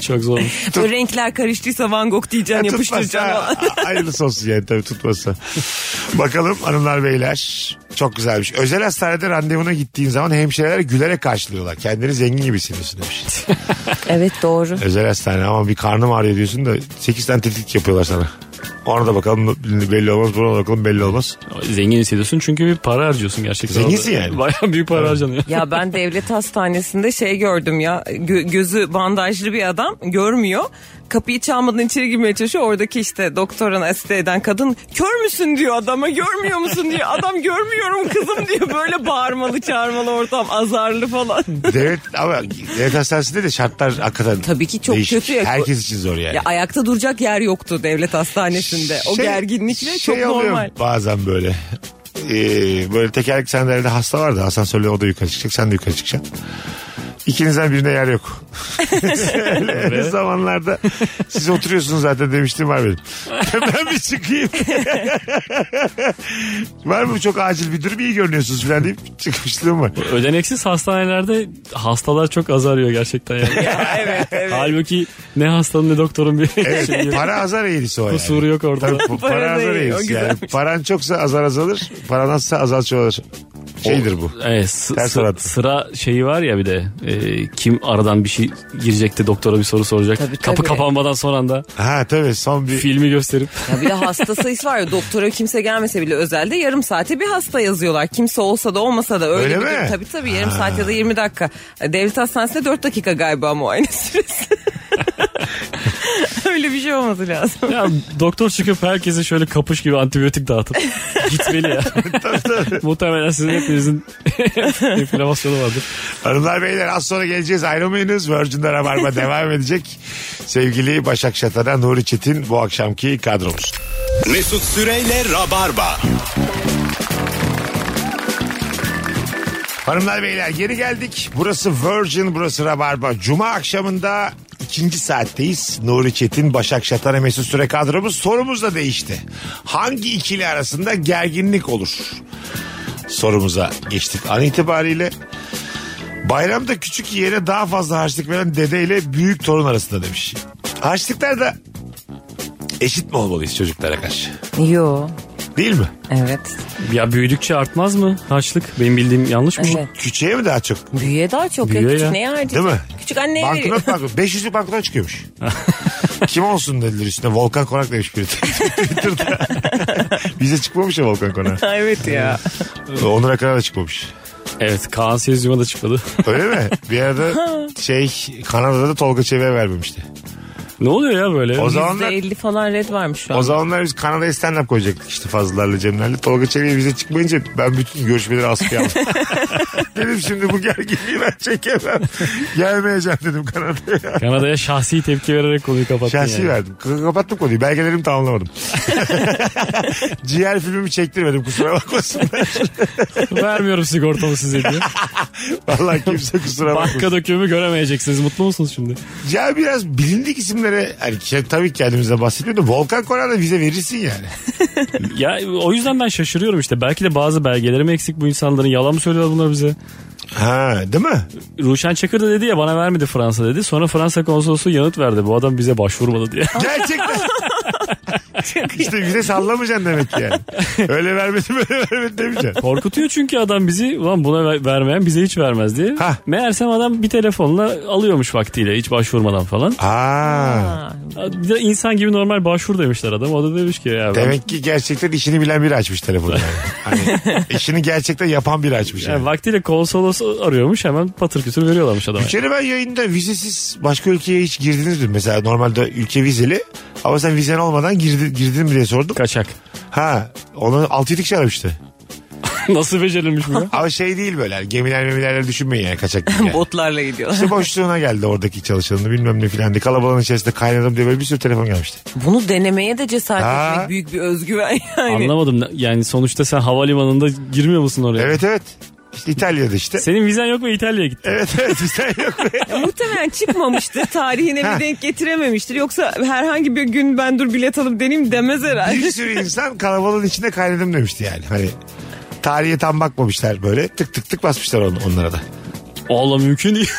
Çok zor. Böyle renkler karıştıysa Van Gogh diyeceksin Ya yapıştıracaksın tutmazsa falan. a- hayırlısı olsun yani tabii tutmazsa. Bakalım hanımlar beyler çok güzelmiş. Özel hastanede randevuna gittiğin zaman hemşireler gülerek karşılıyorlar. Kendini zengin gibi hissediyorsun demiş. Evet doğru. Özel hastane ama bir karnım ağrıyor diyorsun da 8 tane tetkik yapıyorlar sana. Ona da bakalım belli olmaz buna da bakalım belli olmaz. Zengin hissediyorsun çünkü bir para harcıyorsun gerçekten. Zenginsin orada. yani. Bayağı büyük para harcanıyor. Ya ben devlet hastanesinde şey gördüm ya gö- gözü bandajlı bir adam görmüyor. Kapıyı çalmadan içeri girmeye çalışıyor. Oradaki işte doktorun asiste eden kadın kör müsün diyor adama görmüyor musun diyor. Adam görmüyorum kızım diyor böyle bağırmalı çağırmalı ortam azarlı falan. Devlet ama devlet hastanesinde de şartlar hakikaten Tabii ki çok değişik. kötü ya. Herkes için zor yani. Ya ayakta duracak yer yoktu devlet hastanesinde. O Şey- gerginlikle çok şey oluyor normal. Bazen böyle. Ee, böyle tekerlek sandalyede hasta vardı. Asansörle o da yukarı çıkacak. Sen de yukarı çıkacaksın. İkinizden birine yer yok. öyle, öyle zamanlarda siz oturuyorsunuz zaten demiştim var benim. ben bir çıkayım. var mı çok acil bir durum iyi görünüyorsunuz falan deyip çıkmışlığım var. Ödeneksiz hastanelerde hastalar çok azarıyor gerçekten yani. evet evet. Halbuki ne hastanın ne doktorun bir şeyi Evet, yok. para azar eğrisi o yani. Kusuru yok orada. Tabii, bu- para Para azar değil, o eğrisi yani. Paran çoksa azar azalır. Paran azsa azar çoğalır. Şeydir bu. Evet, sı- Ters sı- orantı. sıra şeyi var ya bir de e, kim aradan bir şey girecekti doktora bir soru soracak. Tabii, Kapı tabii. kapanmadan son anda Ha tabii son bir filmi gösterip Ya bir de hasta sayısı var ya doktora kimse gelmese bile özelde yarım saate bir hasta yazıyorlar. Kimse olsa da olmasa da öyle, Öyle bir mi? durum. Tabii tabii yarım saat ya da 20 dakika. Devlet hastanesinde 4 dakika galiba muayene süresi. öyle bir şey olması lazım. ya doktor çıkıp herkese şöyle kapış gibi antibiyotik dağıtıp gitmeli ya. Muhtemelen sizin hepinizin enflamasyonu vardır. Hanımlar beyler az sonra geleceğiz ayrılmayınız. Virgin'de Rabarba devam edecek. Sevgili Başak Şatan'a Nuri Çetin bu akşamki kadromuz. Mesut Süreyle Rabarba. Hanımlar beyler geri geldik. Burası Virgin, burası Rabarba. Cuma akşamında ikinci saatteyiz. Nuri Çetin, Başak Şatan'a Mesut Süre kadromuz. Sorumuz da değişti. Hangi ikili arasında gerginlik olur? Sorumuza geçtik. An itibariyle Bayramda küçük yeğene daha fazla harçlık veren dede ile büyük torun arasında demiş. Harçlıklar da eşit mi olmalıyız çocuklara karşı? Yo Değil mi? evet. Ya büyüdükçe artmaz mı harçlık? Benim bildiğim yanlış mı? evet. Küçüğe mi daha çok? Büyüye daha çok Büyüye ya. Küçük ya. neye harcayacak? Değil mi? Küçük anneye veriyor. Banknot banknot. 500'lük banknot çıkıyormuş. Kim olsun dediler üstüne. Volkan Konak demiş biri. Twitter'da. Bize çıkmamış ya Volkan Konak. evet ya. Onur Akar'a da çıkmamış. Evet Kaan Sezyum'a da çıkmadı. Öyle mi? Bir arada şey Kanada'da da Tolga Çevik'e vermemişti. Ne oluyor ya böyle? O zamanlar %50 falan red varmış şu an. o zamanlar biz Kanada'ya stand-up koyacaktık işte Fazlılarla Cemler'le. Tolga Çevik'e bize çıkmayınca ben bütün görüşmeleri askıya aldım. dedim şimdi bu gerginliği ben çekemem. Gelmeyeceğim dedim Kanada'ya. Kanada'ya şahsi tepki vererek konuyu kapattın Şahsi yani. verdim. K- kapattım konuyu. Belgelerimi tamamlamadım. Ciğer filmimi çektirmedim kusura bakmasınlar. Vermiyorum sigortamı size diye. Vallahi kimse kusura bakmasın. Banka dökümü göremeyeceksiniz. Mutlu musunuz şimdi? Ya biraz bilindik isimlere hani ke- tabii ki kendimizden bahsediyor da Volkan Konak'a da vize verirsin yani. Ya o yüzden ben şaşırıyorum işte. Belki de bazı belgelerim eksik bu insanların. Yalan mı söylüyorlar bunlar bize? Ha değil mi? Ruşen Çakır da dedi ya bana vermedi Fransa dedi. Sonra Fransa konsolosu yanıt verdi. Bu adam bize başvurmadı diye. Gerçekten. işte vize sallamayacaksın demek ki yani. Öyle vermedi böyle vermedi demeyeceksin. Korkutuyor çünkü adam bizi. Lan buna ver- vermeyen bize hiç vermez diye. Hah. Meğersem adam bir telefonla alıyormuş vaktiyle. Hiç başvurmadan falan. Aa, Bir de insan gibi normal başvur demişler adam. O da demiş ki ya ben- demek ki gerçekten işini bilen biri açmış telefonu. Yani. Hani işini gerçekten yapan biri açmış. Yani Yani. vaktiyle konsolos arıyormuş hemen patır kütür veriyorlarmış adama. Bir kere ben yayında vizesiz başka ülkeye hiç girdiniz mi? Mesela normalde ülke vizeli ama sen vizen olmadan girdi, girdin mi diye sordum. Kaçak. Ha onu 6 kişi aramıştı. Nasıl becerilmiş bu ya? Ama şey değil böyle hani gemiler memilerle düşünmeyin yani kaçak gibi. Yani. Botlarla gidiyorlar. İşte boşluğuna geldi oradaki çalışanını bilmem ne filan diye. Kalabalığın içerisinde kaynadım diye böyle bir sürü telefon gelmişti. Bunu denemeye de cesaret Ha. etmek büyük bir özgüven yani. Anlamadım. Ne- Yani sonuçta sen havalimanında girmiyor musun oraya? Evet evet. İşte İtalya'da işte. Senin vizen yok ve İtalya'ya gittin. Evet evet bizden yok. Muhtemelen çıkmamıştır. Tarihine Ha. bir denk getirememiştir. Yoksa herhangi bir gün ben dur bilet alıp deneyim demez herhalde. bir sürü insan kalabalığın içinde kaynadım demişti yani. Hani tarihe tam bakmamışlar böyle tık tık tık basmışlar on, onlara da. Allah mümkün değil.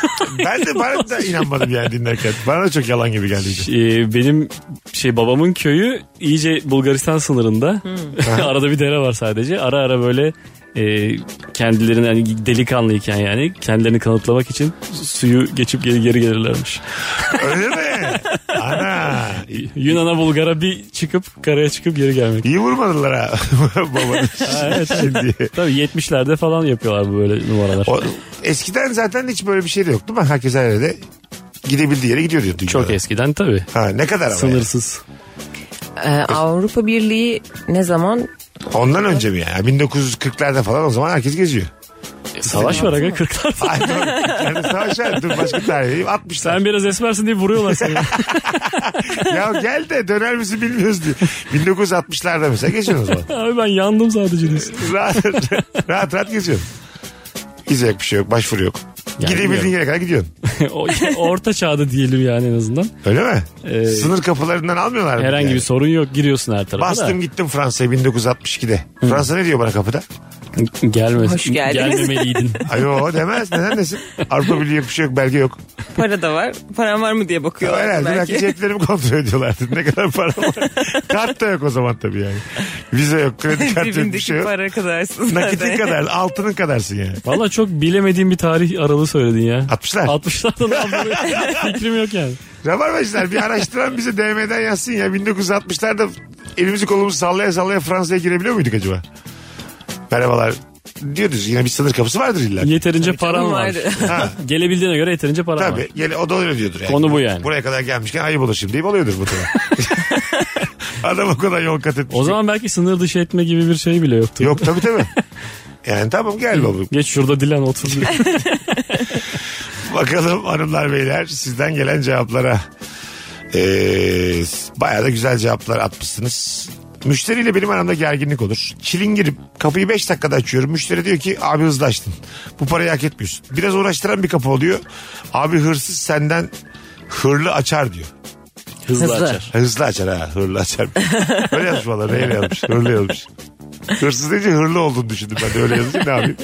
Ben de bana da inanmadım yani dinlerken. Bana da çok yalan gibi geldiydi. Ee, benim şey babamın köyü iyice Bulgaristan sınırında. Arada bir dere var sadece. Ara ara böyle e, kendilerini hani delikanlıyken yani kendilerini kanıtlamak için suyu geçip geri, geri gelirlermiş. Öyle mi? Ana. Yunan'a Bulgar'a bir çıkıp karaya çıkıp geri gelmek. İyi vurmadılar ha babanı. Ha, evet, evet. Şimdi. Tabii 70'lerde falan yapıyorlar bu böyle numaralar. O, eskiden zaten hiç böyle bir şey de yoktu ama herkes her yerde gidebildiği yere gidiyor diyor. Çok eskiden tabii. Ha ne kadar ama Sınırsız. Ee, Avrupa Birliği ne zaman? yani? Ondan önce mi yani? 1940'larda falan o zaman herkes geziyor. E, savaş var aga 40'lar falan. Ay, dur, yani savaş var. dur başka tarih 60 Sen biraz esmersin diye vuruyorlar seni. Ya gel de döner misin bilmiyoruz diye. 1960'larda mesela geçiyorsun o zaman. Abi ben yandım sadece diyorsun. rahat, rahat rahat geziyorsun. Gidecek bir şey yok. Başvuru yok. Yani Gidebildiğin yere kadar gidiyorsun. O- Orta çağda diyelim yani en azından. Öyle mi? Ee, Sınır kapılarından almıyorlar mı? Herhangi yani? bir sorun yok giriyorsun her tarafa Bastım da. gittim Fransa'ya 1962'de. Fransa ne diyor bana kapıda? Gelmez. Hoş geldiniz. Gelmemeliydin. Ayo demez. Neden desin? Avrupa Birliği yok bir şey yok. Belge yok. Para da var. Paran var mı diye bakıyorlar. Herhalde belki. belki. ceplerimi kontrol ediyorlardı. Ne kadar para var. Kart da yok o zaman tabii yani. Vize yok, kredi kartı yok bir Cebindeki şey yok. para kadarsın Nakitin zaten. kadar, altının kadarsın yani. Valla çok bilemediğim bir tarih aralığı söyledin ya. 60'lar. 60'larda ne yaptın? Fikrim yok yani. Rabarbacılar bir araştıran bize DM'den yazsın ya. 1960'larda elimizi kolumuzu sallaya sallaya Fransa'ya girebiliyor muyduk acaba? Merhabalar. Diyoruz yine bir sınır kapısı vardır illa. Yeterince paran Canım var. vardı. Ha, Gelebildiğine göre yeterince paran var. tabii. Yani o da öyle diyordur. Yani. Konu bu yani. Buraya kadar gelmişken ayıp olur şimdi deyip alıyordur bu tarafa. Adam o kadar yol kat etmiş. O zaman belki sınır dışı etme gibi bir şey bile yoktu. Yok tabii tabii. Yani tamam gel baba. Geç şurada dilen otur. diyor. Bakalım hanımlar beyler sizden gelen cevaplara. Ee, bayağı da güzel cevaplar atmışsınız. Müşteriyle benim aramda gerginlik olur. Çilingirim kapıyı 5 dakikada açıyorum. Müşteri diyor ki abi hızlı açtın. Bu parayı hak etmiyorsun. Biraz uğraştıran bir kapı oluyor. Abi hırsız senden hırlı açar diyor. Hızlı, Hızlı. açar. Hızlı açar ha hırlı açar. öyle yazmış valla neyle yazmış hırlı yazmış. Hırsız deyince hırlı olduğunu düşündüm ben de öyle yazınca ne yapayım.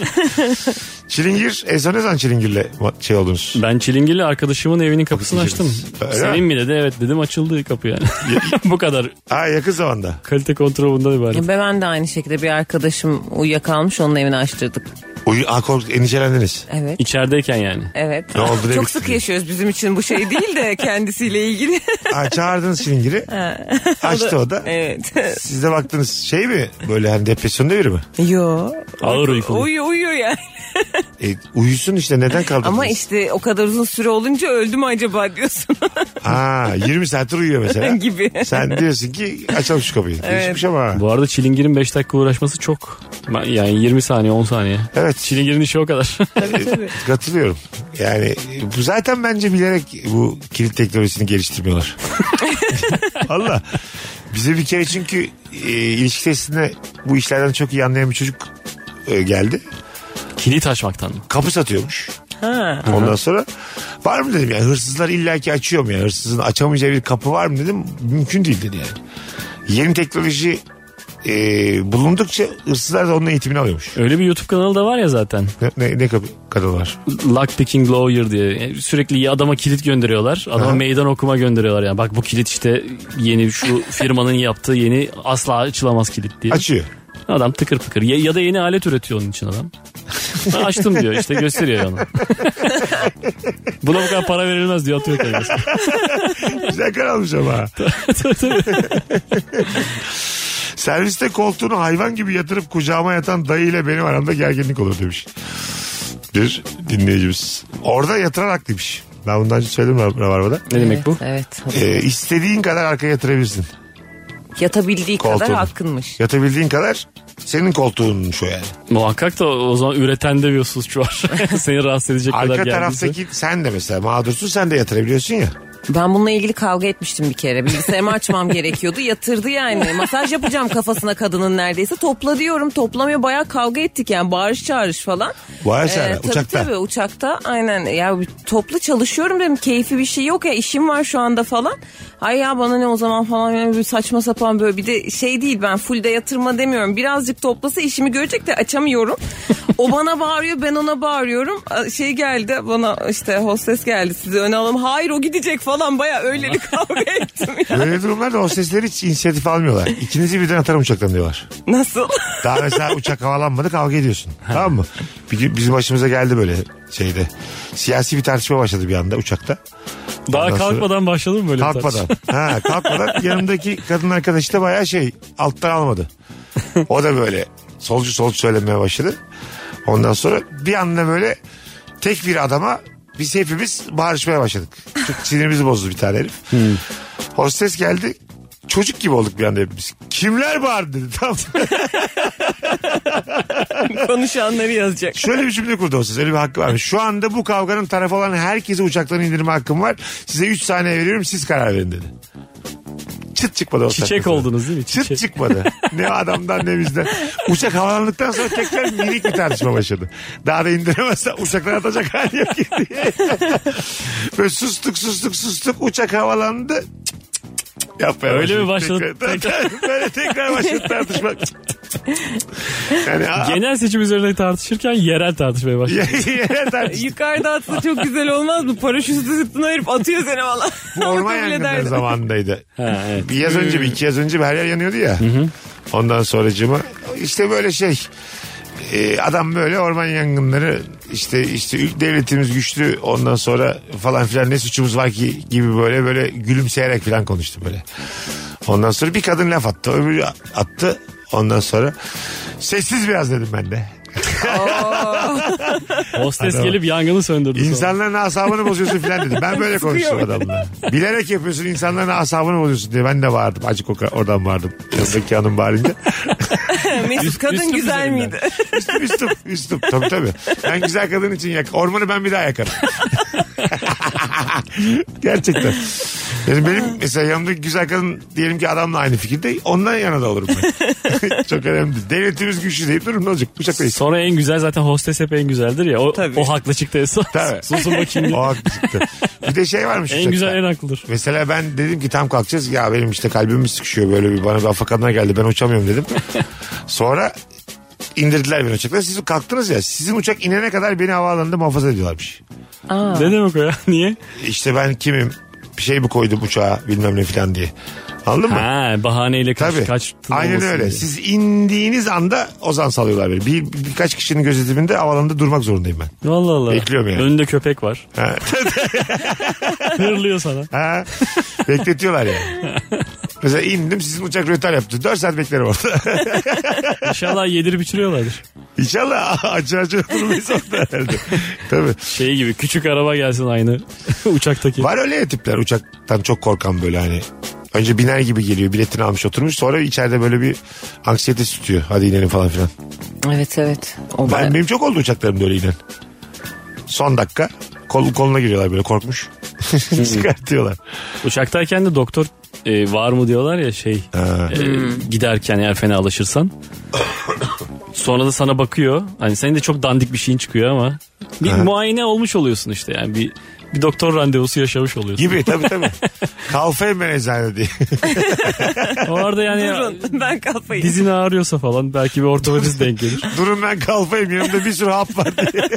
Çilingir en son ne zaman çilingirle şey oldunuz? Ben çilingirli arkadaşımın evinin kapısını Kapısını açtım. açtın. Öyle Senin mi dedi evet dedim açıldı kapı yani. Bu kadar Ha yakın zamanda. kalite kontrolünden ibaret. Ben, ben de aynı şekilde bir arkadaşım uyuyakalmış onun evini açtırdık. Uyu, ah, kork- endişelendiniz. Evet. İçerideyken yani. Evet. Ne oldu, ne Çok bitti? sık yaşıyoruz bizim için bu şey değil de kendisiyle ilgili. Ha, çağırdınız şilingiri. Açtı o da. evet. Siz de baktınız şey mi? Böyle hani depresyonda biri mi? Yo. Ağır uykulu. Uyuyor uyuyor yani. E, uyusun işte neden kaldırdınız? Ama işte o kadar uzun süre olunca öldü mü acaba diyorsun Ha, 20 saattir uyuyor mesela. gibi. Sen diyorsun ki açalım şu kapıyı. Değişmiş ama. Bu arada çilingirin 5 dakika uğraşması çok. Ben- Yani 20 saniye 10 saniye. Evet. Çilingirin işi o kadar. Katılıyorum. Yani bu zaten bence bilerek bu kilit teknolojisini geliştirmiyorlar. Allah. Bize bir kere çünkü e, ilişki testinde bu işlerden çok iyi anlayan bir çocuk e, geldi. Kilit açmaktan mı? Kapı satıyormuş. Ondan sonra var mı dedim yani hırsızlar illaki açıyor mu ya? Hırsızın açamayacağı bir kapı var mı dedim. Mümkün değil dedi yani. Yeni teknoloji e, bulundukça hırsızlar da onun eğitimini alıyormuş. Öyle bir YouTube kanalı da var ya zaten. Ne, ne, ne kapı, kadın var? Lock picking lawyer diye. Yani sürekli iyi adama kilit gönderiyorlar. Adama Aha. meydan okuma gönderiyorlar yani. Bak bu kilit işte yeni şu firmanın yaptığı yeni asla açılamaz kilit diye. Açıyor. Adam tıkır tıkır. Ya, ya da yeni alet üretiyor onun için adam. Ben açtım diyor işte gösteriyor onu. Buna bu kadar para verilmez diyor atıyor kendisi. Güzel kar almış ama. ha. Tabii, tabii. Serviste koltuğunu hayvan gibi yatırıp kucağıma yatan dayı ile benim aramda gerginlik olur demiş. Bir dinleyicimiz. Orada yatıran haklıymış. Ben bundan önce söyledim Rav- Rabarba'da. ne demek bu? Evet. Ee, istediğin kadar arkaya yatırabilirsin. Yatabildiği Koltuğunu. kadar hakkınmış. Yatabildiğin kadar senin koltuğunun şu yani. Muhakkak da o zaman üreten de bir hususçu var. Seni rahatsız edecek kadar Arka geldiyse. taraftaki sen de mesela mağdursun sen de yatırabiliyorsun ya. Ben bununla ilgili kavga etmiştim bir kere. Bilgisayarımı açmam gerekiyordu. Yatırdı yani. Masaj yapacağım kafasına kadının neredeyse. Topla diyorum. Toplamıyor. Bayağı kavga ettik yani. Bağırış çağırış falan. Ee, Bağırış çağırış, tabii, uçakta. Tabii uçakta. Aynen. Ya bir toplu çalışıyorum dedim. Keyfi bir şey yok ya. işim var şu anda falan. Ay ya bana ne o zaman falan. Yani bir saçma sapan böyle bir de şey değil ben full de yatırma demiyorum. Birazcık toplasa işimi görecek de açamıyorum. o bana bağırıyor ben ona bağırıyorum. A- Şey geldi bana işte hostes geldi sizi öne alalım. Hayır o gidecek falan baya öyleli kavga ettim ya. Böyle durumlarda hostesler hiç inisiyatif almıyorlar. İkinizi birden atarım uçaktan diyorlar. Nasıl? Daha mesela uçak havalanmadı kavga ediyorsun. tamam mı? Bir gün bizim başımıza geldi böyle şeyde. Siyasi bir tartışma başladı bir anda uçakta. Daha Ondan sonra- kalkmadan başladı mı böyle bir Kalkmadan. tartışma? ha, kalkmadan yanımdaki kadın arkadaşı da bayağı şey alttan almadı. O da böyle solcu solcu söylemeye başladı. Ondan sonra bir anda böyle tek bir adama biz hepimiz bağırışmaya başladık. Çok sinirimizi bozdu bir tane herif. Hostes geldi. Çocuk gibi olduk bir anda hepimiz. Kimler bağırdı dedi. Tamam. Konuşanları yazacak. Şöyle bir cümle kurdu hostes. Öyle bir hakkı var. Şu anda bu kavganın tarafı olan herkese uçaktan indirme hakkım var. Size 3 saniye veriyorum siz karar verin dedi. Çıt çıkmadı hostes. Çiçek mesela. oldunuz değil mi? Çıt Çiçek. çıkmadı. Ne adamdan ne bizden. Uçak havalandıktan sonra tekrar minik bir tartışma başladı. Daha da indiremezse uçaktan atacak hali yok ki diye. Böyle sustuk sustuk sustuk uçak havalandı. Cık, cık, cık, cık Yapmaya Öyle mi başladı? Tekrar, tekrar- böyle tekrar başladı tartışma. Cık, cık, cık, cık. Yani a- Genel seçim üzerine tartışırken yerel tartışmaya başladı. Yere tartışma. Yukarıda atsa çok güzel olmaz mı? Paraşütü sırtına herif atıyor seni valla. Bu orman yangınları zamanındaydı. Ha, evet. Bir yaz önce bir iki yaz önce bir her yer yanıyordu ya. Ondan sonracığıma işte böyle şey e, adam böyle orman yangınları işte işte ül- devletimiz güçlü ondan sonra falan filan ne suçumuz var ki gibi böyle böyle gülümseyerek falan konuştu böyle. Ondan sonra bir kadın laf attı öbürü attı ondan sonra sessiz biraz dedim ben de. Hostes Adam- gelip yangını söndürdü. sonra. İnsanların asabını bozuyorsun filan dedi. Ben böyle konuştum adamla. Bilerek yapıyorsun insanların asabını bozuyorsun diye ben de vardım. Acık o- oradan vardım. Yanındaki hanım bağırınca. Mesut kadın üstüm güzel üzerinden. miydi? Üstüm üstüm üstüm. Tabii tabii. Ben güzel kadın için yak. Ormanı ben bir daha yakarım. Gerçekten. Yani benim mesela yanımda güzel kadın diyelim ki adamla aynı fikirde ondan yana da olurum ben. Çok önemli. değil. Devletimiz güçlü deyip durum ne olacak? Bıçaklayız. Sonra en güzel zaten hostes hep en güzeldir ya. O, Tabii. o haklı çıktı esas. Tabii. Susun bakayım diye. O haklı çıktı. Bir de şey varmış. en uçakta. güzel en haklıdır. Mesela ben dedim ki tam kalkacağız. Ya benim işte kalbim sıkışıyor böyle bir bana bir afakanlar geldi. Ben uçamıyorum dedim. Sonra indirdiler beni uçaktan. Siz kalktınız ya. Sizin uçak inene kadar beni havaalanında muhafaza ediyorlarmış. Ne demek o ya? Niye? İşte ben kimim? Bir şey mi koydum uçağa bilmem ne falan diye. Anladın mı? Ha, bahaneyle kaç, Tabii. kaç Aynen öyle. Siz indiğiniz anda ozan salıyorlar beni. Bir, birkaç kişinin gözetiminde havaalanında durmak zorundayım ben. Vallahi Allah. Bekliyorum yani. Önünde köpek var. Ha. Hırlıyor sana. Ha? Bekletiyorlar yani. Mesela indim sizin uçak rötar yaptı. 4 saat beklerim orada. İnşallah yedirip içiriyorlardır. İnşallah acı acı oturmayız orada herhalde. Tabii. Şey gibi küçük araba gelsin aynı uçaktaki. Var öyle ya tipler uçaktan çok korkan böyle hani. Önce biner gibi geliyor biletini almış oturmuş sonra içeride böyle bir anksiyete tutuyor. Hadi inelim falan filan. Evet evet. O Ben, baya- benim çok oldu uçaklarımda öyle inen. Son dakika kol, koluna giriyorlar böyle korkmuş. Çıkartıyorlar. Uçaktayken de doktor e, var mı diyorlar ya şey Ha. e, giderken eğer fena alışırsan. Sonra da sana bakıyor. Hani senin de çok dandik bir şeyin çıkıyor ama bir Aha. muayene olmuş oluyorsun işte yani bir bir doktor randevusu yaşamış oluyorsun. Gibi tabii tabii. Kalfa hemen eczane diye. Orada yani Durun ben kafayı. dizin ağrıyorsa falan belki bir ortopedist denk gelir. Durun ben kalfayım yanımda bir sürü hap var diye.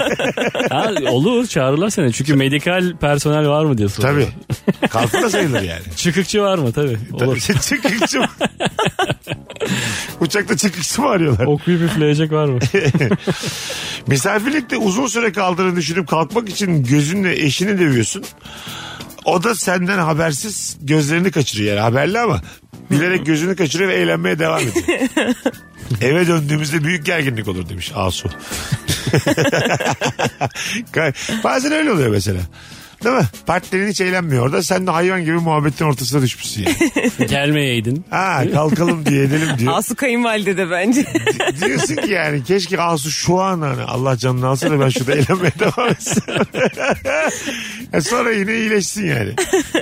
Ha, olur çağırırlar seni. Çünkü medikal personel var mı diye soruyor. tabii. Kalfa da sayılır yani. Çıkıkçı var mı tabii. Tabii. Olur. Çıkıkçı mı? Uçakta çıkıkçı mı arıyorlar? Okuyup üfleyecek var mı? Misafirlikte uzun süre kaldığını düşünüp kalkmak için gözünle eşini dövüyorsun. O da senden habersiz gözlerini kaçırıyor yani haberli ama bilerek gözünü kaçırıyor ve eğlenmeye devam ediyor. Eve döndüğümüzde büyük gerginlik olur demiş Asu. Ka- Bazen öyle oluyor mesela. Değil mi? Partnerin hiç eğlenmiyor orada. Sen de hayvan gibi muhabbetin ortasına düşmüşsün yani. Gelmeyeydin. Ha kalkalım diye edelim diye. Asu kayınvalide de bence. Diyorsun ki yani keşke Asu şu an hani Allah canını alsın da ben şurada eğlenmeye devam etsin. E sonra yine iyileşsin yani.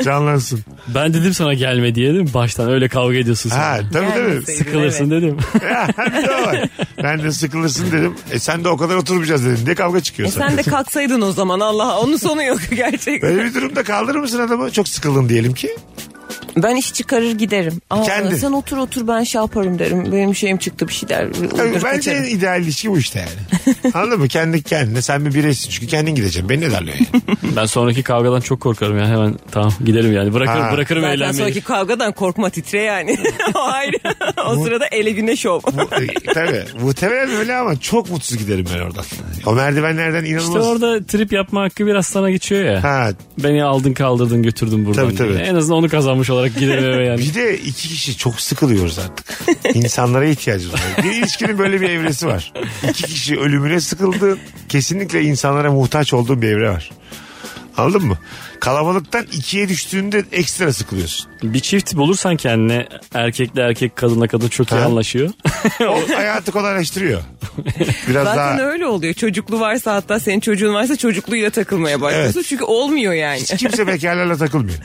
Canlansın. Ben dedim sana gelme diye değil mi? Baştan öyle kavga ediyorsun sen. Ha tabii tabii. Gelmeseydin, Sıkılırsın evet. dedim. Ha, bir de o var. ben de sıkılırsın dedim. E sen de o kadar oturmayacağız dedim. Ne kavga çıkıyor E sana? sen de kalksaydın o zaman Allah onun sonu yok gerçekten. Böyle bir durumda kaldırır mısın adamı? Çok sıkıldın diyelim ki. Ben iş çıkarır giderim. Aa, Kendin. Sen otur otur ben şey yaparım derim. Benim şeyim çıktı bir şey der. Tabii Uydur bence en kaçarım. ideal ilişki bu işte yani. Anladın mı? Kendi kendine sen bir bireysin çünkü kendin gideceksin. Beni ne darlıyor yani? Ben sonraki kavgadan çok korkarım ya. Hemen tamam giderim yani. Bırakırım, Ha. bırakırım Zaten eğlenmeyi. sonraki kavgadan korkma titre yani. o ayrı. o sırada ele güneş ol. Bu- e, tabii. Muhtemelen öyle ama çok mutsuz giderim ben oradan. O merdivenlerden inanılmaz. İşte orada trip yapma hakkı biraz sana geçiyor ya. Ha Beni aldın kaldırdın götürdün buradan. Tabii, diye. tabii. En azından onu kazanmış olarak giderim eve yani. Bir de iki kişi çok sıkılıyoruz artık. İnsanlara ihtiyacımız var. Bir ilişkinin böyle bir evresi var. İki kişi ölümüne sıkıldı. Kesinlikle insanlara muhtaç olduğun bir evre var. Anladın mı? Kalabalıktan ikiye düştüğünde ekstra sıkılıyorsun. Bir çift bulursan kendine erkekle erkek kadınla kadın çok iyi Ha. anlaşıyor. O hayatı kolaylaştırıyor. Biraz Zaten daha... öyle oluyor. Çocuklu varsa hatta senin çocuğun varsa çocukluğuyla takılmaya başlıyorsun. Çünkü olmuyor yani. Hiç kimse bekarlarla takılmıyor.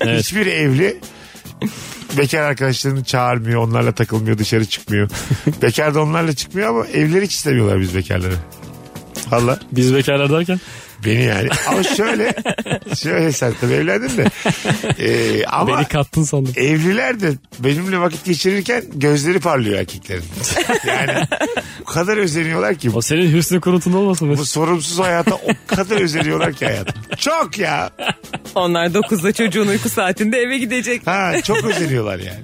Evet. Hiçbir evli bekar arkadaşlarını çağırmıyor, onlarla takılmıyor, dışarı çıkmıyor. Bekar da onlarla çıkmıyor ama evleri hiç istemiyorlar biz bekarları. Allah. Biz bekarlar derken Beni yani. Ama şöyle. şöyle sen tabii evlendin de. Ee, ama beni kattın sandım. evliler de benimle vakit geçirirken gözleri parlıyor erkeklerin. Yani o kadar özeniyorlar ki. O senin hüsnü kurutun olmasın mı? Bu sorumsuz hayata o kadar özeniyorlar ki hayatım. Çok ya. Onlar 9'da çocuğun uyku saatinde eve gidecek. Ha çok özeniyorlar yani.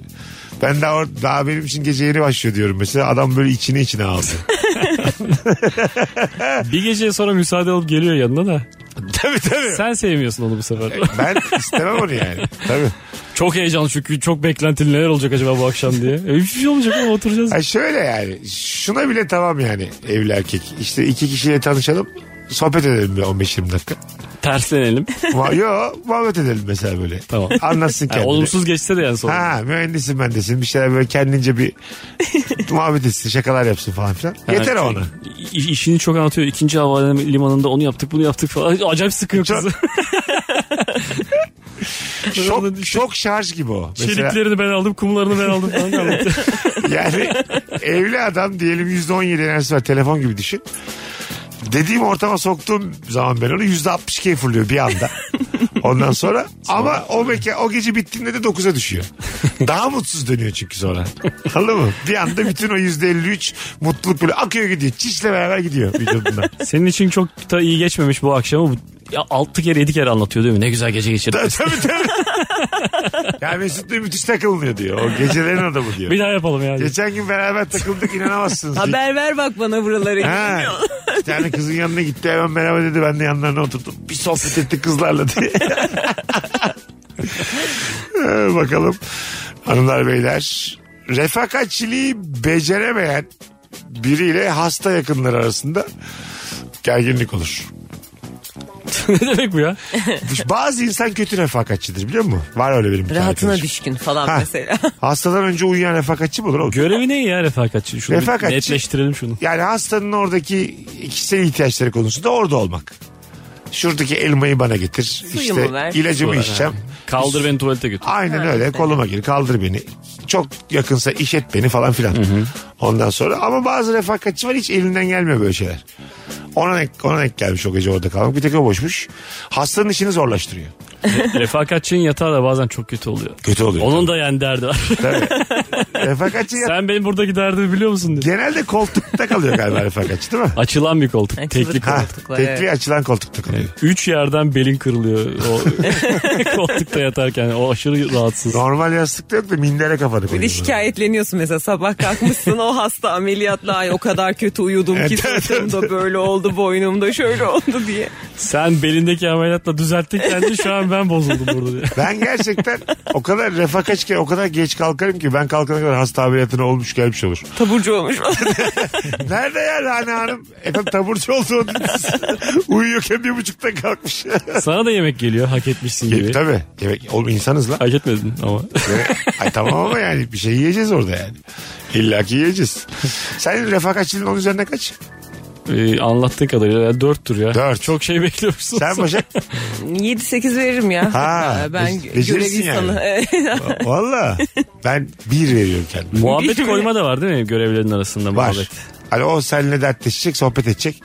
Ben daha, or- daha benim için gece yeni başlıyor diyorum mesela. Adam böyle içine içine aldı. Bir gece sonra müsaade alıp geliyor yanına da. tabii tabii. Sen sevmiyorsun onu bu sefer. Ben istemem onu yani. Tabii. çok heyecanlı çünkü çok beklentili neler olacak acaba bu akşam diye. E, hiçbir şey olmayacak ama oturacağız. Ha şöyle yani şuna bile tamam yani evli erkek. İşte iki kişiyle tanışalım sohbet edelim bir 15-20 dakika. Terslenelim. Ma- Yo muhabbet edelim mesela böyle. Tamam. Anlatsın Yani kendini. olumsuz geçse de yani sonra. Ha mühendisin bendesin bir şeyler böyle kendince bir muhabbet etsin şakalar yapsın falan filan. Yeter Yani ona. i- işini çok anlatıyor. İkinci havalimanında onu yaptık bunu yaptık falan. Acayip sıkıyor Çok- kızı. Şok, şok şarj gibi o. Mesela Çeliklerini ben aldım kumlarını ben aldım falan. diye anlatıyor. yani evli adam diyelim %17 enerjisi var telefon gibi düşün. Dediğim ortama soktuğum zaman ben onu %62'ye fırlıyor bir anda. Ondan sonra ama o, meka, o gece bittiğinde de 9'a düşüyor. Daha mutsuz dönüyor çünkü sonra. Anladın mı? Bir anda bütün o %53 mutluluk böyle akıyor gidiyor. Çişle beraber gidiyor vücudundan. Senin için çok da iyi geçmemiş bu akşamı. Bu ya, altı kere yedi kere anlatıyor değil mi? Ne güzel gece geçirdik. tabii E, tabii. tabii. ya Mesut diyor müthiş takılmıyor diyor. O gecelerin adamı diyor. Bir daha yapalım yani. Geçen gün beraber takıldık inanamazsınız. Haber ver bak bana buraları. Ha, bir tane kızın yanına gitti hemen merhaba dedi ben de yanlarına oturdum. Bir sohbet ettik kızlarla diye. Ee, Bakalım hanımlar beyler refakatçiliği beceremeyen biriyle hasta yakınları arasında gerginlik olur. ne demek bu ya? Bazı insan kötü refakatçidir biliyor musun? Var öyle benim bir tane Rahatına arkadaşım. düşkün falan Ha. mesela. Hastadan önce uyuyan refakatçi mi olur oğlum? Görevi ne ya refakatçi? Şunu bir Refakatçi- netleştirelim şunu. Yani hastanın oradaki kişisel ihtiyaçları konusunda orada olmak. Şuradaki elmayı bana getir. Suyumu işte ver. ilacımı içeceğim. Kaldır beni tuvalete götür. Aynen öyle. Koluma gir, kaldır beni. Çok yakınsa iş et beni falan filan. Ondan sonra ama bazı refakatçi var hiç elinden gelmiyor böyle şeyler. Ona denk, ona denk gelmiş o gece orada kalmak. Bir tek o boşmuş. Hastanın işini zorlaştırıyor. Refakatçinin yatağı da bazen çok kötü oluyor. Kötü oluyor. Onun da yani derdi var. Refakatçi ya- Sen benim buradaki derdimi biliyor musun? Diye. genelde koltukta kalıyor galiba refakatçi değil mi? Açılan bir koltuk. Açılır. Tekli koltuk. Ha, Koltuklar, tekli evet. açılan koltukta kalıyor. Üç yerden belin kırılıyor o koltukta yatarken. O aşırı rahatsız. Normal yastıkta yok da mindere kafanı koyuyor. Bir de şikayetleniyorsun mesela sabah kalkmışsın o hasta ameliyatla ay o kadar kötü uyudum ki Evet, evet, sırtımda böyle oldu boynumda şöyle oldu diye. Sen belindeki ameliyatla düzelttin kendini şu an ben bozuldum burada diye. Ben gerçekten o kadar refakatçi o kadar geç kalkarım ki ben kalkana kadar hasta ameliyatına olmuş gelmiş olur. Taburcu olmuş. Nerede ya Lane Hanım? Efendim taburcu oldu. Uyuyorken bir buçukta kalkmış. Sana da yemek geliyor hak etmişsin gibi. Tabii. Yemek, oğlum insanız lan. Hak etmedin ama. Ay tamam ama yani bir şey yiyeceğiz orada yani. İlla ki yiyeceğiz. Sen refakatçiliğin onun üzerine kaç? Ee, anlattığın kadarıyla yani dörttür ya. Dört. Çok şey bekliyormuşsun. Sen Başak? 7-8 veririm ya. Ha, ben be- becerirsin görev insanı. Valla. Ben bir veriyorum kendime. Muhabbet koyma da var değil mi görevlerin arasında Var. muhabbet? Hani o seninle dertleşecek, sohbet edecek.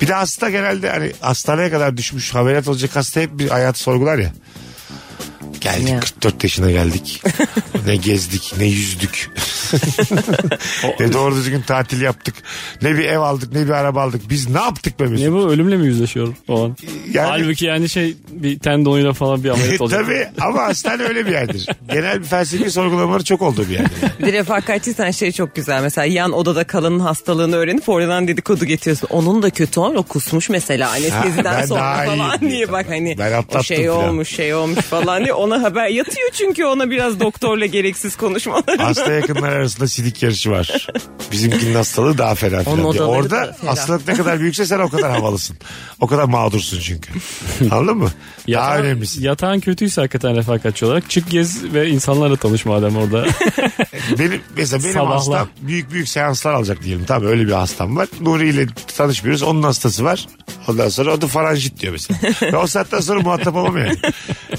Bir de hasta genelde hani hastaneye kadar düşmüş, ameliyat olacak hasta hep bir hayatı sorgular ya. Geldik Ya. 44 yaşına geldik. ne gezdik, ne yüzdük. ne doğru düzgün tatil yaptık. Ne bir ev aldık, ne bir araba aldık. Biz ne yaptık be Mesut? Ne bu ölümle mi yüzleşiyorum o an? Yani- E, Halbuki yani şey bir tendonuyla falan bir ameliyat olacak. Tabii ama hastane öyle bir yerdir. Genel bir felsefi sorgulamaları çok olduğu bir yerdir. Bir refakatçiysen şey çok güzel mesela yan odada kalanın hastalığını öğrenip oradan dedikodu getiriyorsun. Onun da kötü olan o kusmuş mesela Ha, anesteziden ben sonra daha falan iyiyim. diye bak hani Ben o atlattım şey falan. olmuş şey olmuş falan diye ona haber yatıyor çünkü ona biraz doktorla gereksiz konuşmalar. Hasta yakınlar arasında sidik yarışı var. Bizimkinin hastalığı daha fena Onun filan diye. odaları da Orada fena. hastalık ne kadar büyükse sen o kadar havalısın. O kadar mağdursun çünkü. Anladın mı? daha önemlisin. Yatağın kötüyse hakikaten refakatçi olarak çık gez ve insanlarla tanış madem orada. Benim, mesela benim Sabahlar. hastam büyük büyük seanslar alacak diyelim. Tabii öyle bir hastam var. Nuri ile tanışmıyoruz. Onun hastası var. Ondan sonra o da faranjit diyor mesela. Ve o saatten sonra muhatap olamam yani.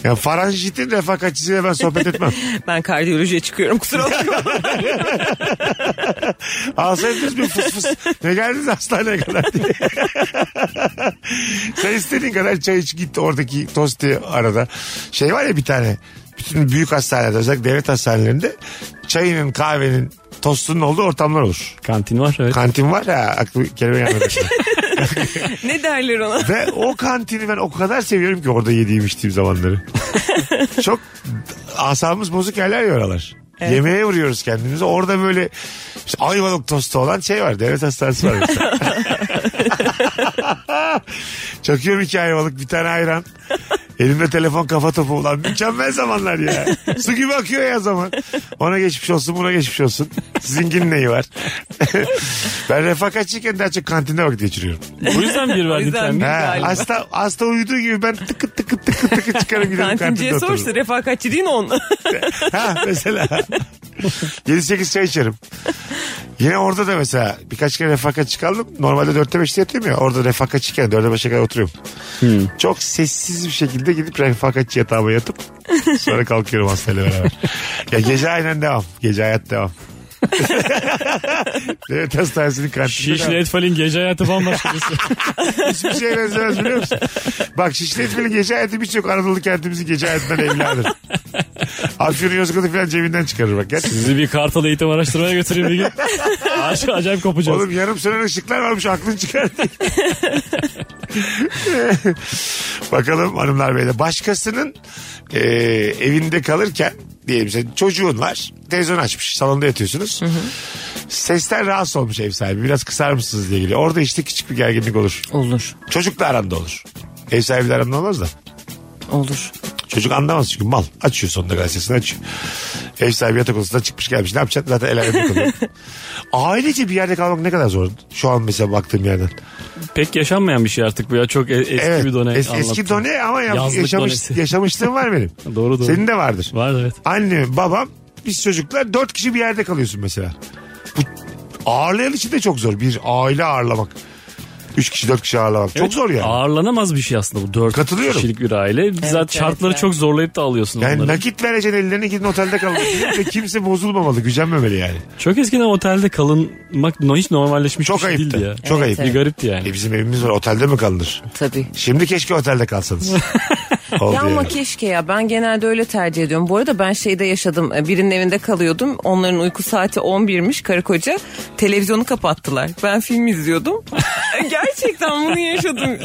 yani faranjitin refakatçisiyle ben sohbet etmem. ben kardiyolojiye çıkıyorum kusura bakma. Alsaydınız bir fıs fıs. Ne geldiniz hastaneye kadar diye. Sen istediğin kadar çay iç git oradaki tosti arada. Şey var ya bir tane. Bütün büyük hastanelerde özellikle devlet hastanelerinde çayının kahvenin tostunun olduğu ortamlar olur. Kantin var evet. Kantin var ya aklı kelime gelmedi. ne derler ona? Ve o kantini ben o kadar seviyorum ki orada yediğim içtiğim zamanları. Çok asabımız bozuk yerler ya oralar. Yemeğe vuruyoruz kendimizi. Orada böyle işte ayvalık tostu olan şey var. Devlet hastanesi var mesela. Çakıyorum iki ayvalık bir tane ayran. Elimde telefon kafa topu ulan mükemmel zamanlar ya. Su gibi akıyor ya zaman. Ona geçmiş olsun buna geçmiş olsun. Sizinkinin neyi var? ben refakatçiyken daha çok kantinde vakit geçiriyorum. Bu yüzden bir O verdin yüzden kendine. bir- He, galiba. hasta, hasta uyuduğu gibi ben tıkı tıkı tıkı tıkı çıkarım giderim kantinde Kantinciye sorsa otururum. refakatçi değil mi onun? Ha mesela. 7-8 çay içerim. Yine orada da mesela birkaç kere refakatçi kaldım. Normalde 4'te 5'te yatıyorum ya. Orada refakatçiyken 4'e 5'e kadar oturuyorum. Hmm. Çok sessiz bir şekilde gidip refakatçi yatağıma yatıp sonra kalkıyorum hastayla beraber. Ya gece aynen devam. Gece hayat devam. Devlet Hastanesi'nin kantinde devam. Şişli Etfal'in gece hayatı bambaşka bir şey. Hiçbir şeye benzemez biliyor musun? Bak Şişli Etmeli gece hayatı birçok Anadolu kentimizin gece hayatından evladır. Afyon'u Yozgat'ı falan cebinden çıkarır bak. Gerçekten. Sizi bir Kartal eğitim araştırmaya götüreyim bir gün. Aşk acayip kopacağız. Oğlum yarım sönen ışıklar varmış aklın çıkar diye. Bakalım hanımlar beyler. Başkasının e, evinde kalırken diyelim sen çocuğun var. Televizyon açmış. Salonda yatıyorsunuz. Sesten rahatsız olmuş ev sahibi. Biraz kısar mısınız diye geliyor. Orada işte küçük bir gerginlik olur. Olur. Çocukla aranda olur. Ev sahibiyle aranda olmaz da. Olur. Çocuk anlamaz çünkü mal. Açıyor sonunda gazetesini açıyor. Ev sahibi yatak odasından çıkmış gelmiş. Ne yapacaksın? Zaten el alem kalıyor. Ailece bir yerde kalmak ne kadar zor. Şu an mesela baktığım yerden. Pek yaşanmayan bir şey artık bu ya. Çok e- eski evet. bir done. es- eski anlattın. done ama ya- Yazlık yaşamış, donesi. yaşamışlığım var benim. Doğru doğru. Senin de vardır. Var evet. Annem, babam, biz çocuklar dört kişi bir yerde kalıyorsun mesela. Bu ağırlayan için de çok zor. Bir aile ağırlamak. Üç kişi dört kişi ağırlamak. Çok Evet, zor yani. Ağırlanamaz bir şey aslında bu. Dört Katılıyorum. kişilik bir aile. Zaten evet, şartları evet. çok zorlayıp da alıyorsun yani onları. nakit vereceksin ellerine gidin otelde kalın. Ve kimse bozulmamalı, gücenmemeli yani. Çok eskiden otelde kalınmak no- hiç normalleşmiş Çok bir şey ayıptı. değildi ya. Çok Evet, ayıp. Bir garipti yani. E bizim evimiz var otelde mi kalınır? Tabii. Şimdi keşke otelde kalsanız. Oldu Ya yani. ama keşke ya ben genelde öyle tercih ediyorum. Bu arada ben şeyde yaşadım e, birinin evinde kalıyordum. Onların uyku saati 11'miş karı koca. Televizyonu kapattılar. Ben film izliyordum. Gerçekten bunu yaşadım.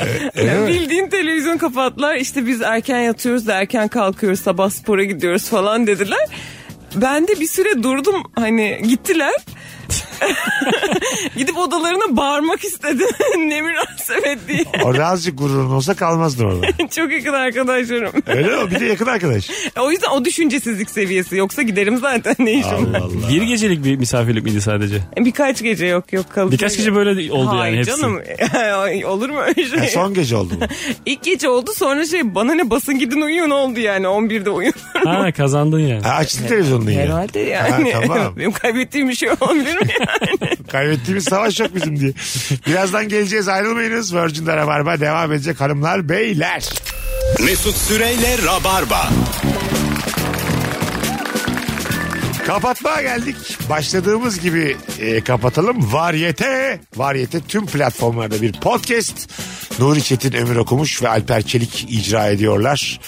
Ya bildiğin televizyonu kapattılar. İşte biz erken yatıyoruz da erken kalkıyoruz sabah spora gidiyoruz falan dediler. Ben de bir süre durdum hani gittiler. Gidip odalarına bağırmak istedim. ne münasebet diye. Orada azıcık gururun olsa kalmazdın orada. Çok yakın arkadaşlarım. Öyle mi? Bir de yakın arkadaş. E, O yüzden o düşüncesizlik seviyesi. Yoksa giderim zaten ne işim. Allah var? Allah. Bir gecelik bir misafirlik miydi sadece? E, Birkaç gece yok yok kalacak. Birkaç gece böyle oldu Hayır yani hepsi. canım Ay, olur mu öyle şey? Ha, son gece oldu bu. İlk gece oldu sonra şey bana ne basın gidin uyuyun oldu yani 11'de uyuyun. Ha kazandın yani. Ha, açtın televizyonunu ya. Herhalde yani. Ha, tamam. Benim kaybettiğim bir şey olabilir mi yani? Kaybettiğimiz savaş yok bizim diye. Birazdan geleceğiz ayrılmayınız. Virgin'de Rabarba devam edecek hanımlar beyler. Mesut Süreyle Rabarba. Kapatmaya geldik. Başladığımız gibi e, kapatalım. Varyete, Varyete tüm platformlarda bir podcast. Nuri Çetin Ömür Okumuş ve Alper Çelik icra ediyorlar.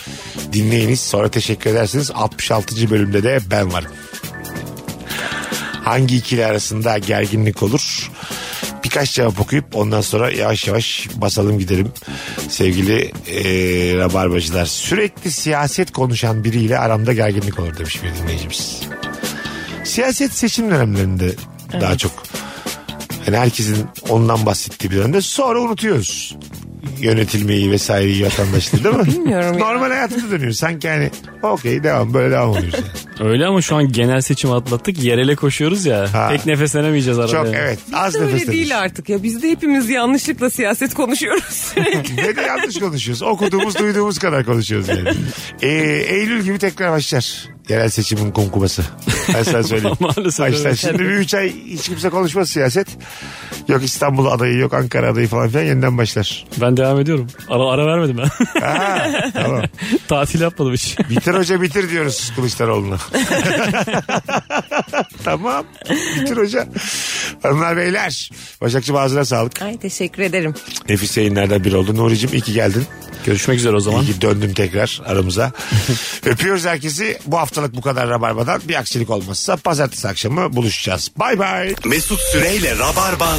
Dinleyiniz sonra teşekkür edersiniz. 66. bölümde de ben varım. Hangi ikili arasında gerginlik olur? Birkaç cevap okuyup ondan sonra yavaş yavaş basalım gidelim sevgili e, rabarbacılar. Sürekli siyaset konuşan biriyle aramda gerginlik olur demiş bir dinleyicimiz siyaset seçim dönemlerinde daha çok. Yani herkesin ondan bahsettiği bir dönemde sonra unutuyoruz yönetilmeyi vesaireyi vatandaşları değil mi? Bilmiyorum ya. Normal hayatımıza dönüyoruz. Sanki yani okey devam böyle devam oluyoruz. yani. Öyle ama şu an genel seçim atlattık. Yerele koşuyoruz ya. Ha. Pek nefeslenemeyeceğiz arada. Çok yani. evet az nefes öyle değil değil artık ya biz de hepimiz yanlışlıkla siyaset konuşuyoruz. Ne de yanlış konuşuyoruz. Okuduğumuz duyduğumuz kadar konuşuyoruz yani. Ee, Eylül gibi tekrar başlar. Yerel seçimin kumkuması. Ben sana söyleyeyim. Maalesef Başlar. evet. Şimdi bir üç ay hiç kimse konuşmaz siyaset. Yok İstanbul adayı yok Ankara adayı falan filan yeniden başlar. Ben devam ediyorum. Ara, ara vermedim ben. Ha, tamam. Tatil yapmadım hiç. Bitir hoca bitir diyoruz Kılıçdaroğlu'na. tamam. Bitir hoca. Hanımlar beyler. Başakçı ağzına sağlık. Ay teşekkür ederim. Nefis yayınlardan biri oldu. Nuri'cim iyi ki geldin. Görüşmek üzere o zaman. İyi ki döndün tekrar aramıza. Öpüyoruz herkesi. Bu haftalık bu kadar Rabarba'dan. Bir aksilik olmazsa pazartesi akşamı buluşacağız. Bay bay. Mesut Süreyle Rabarba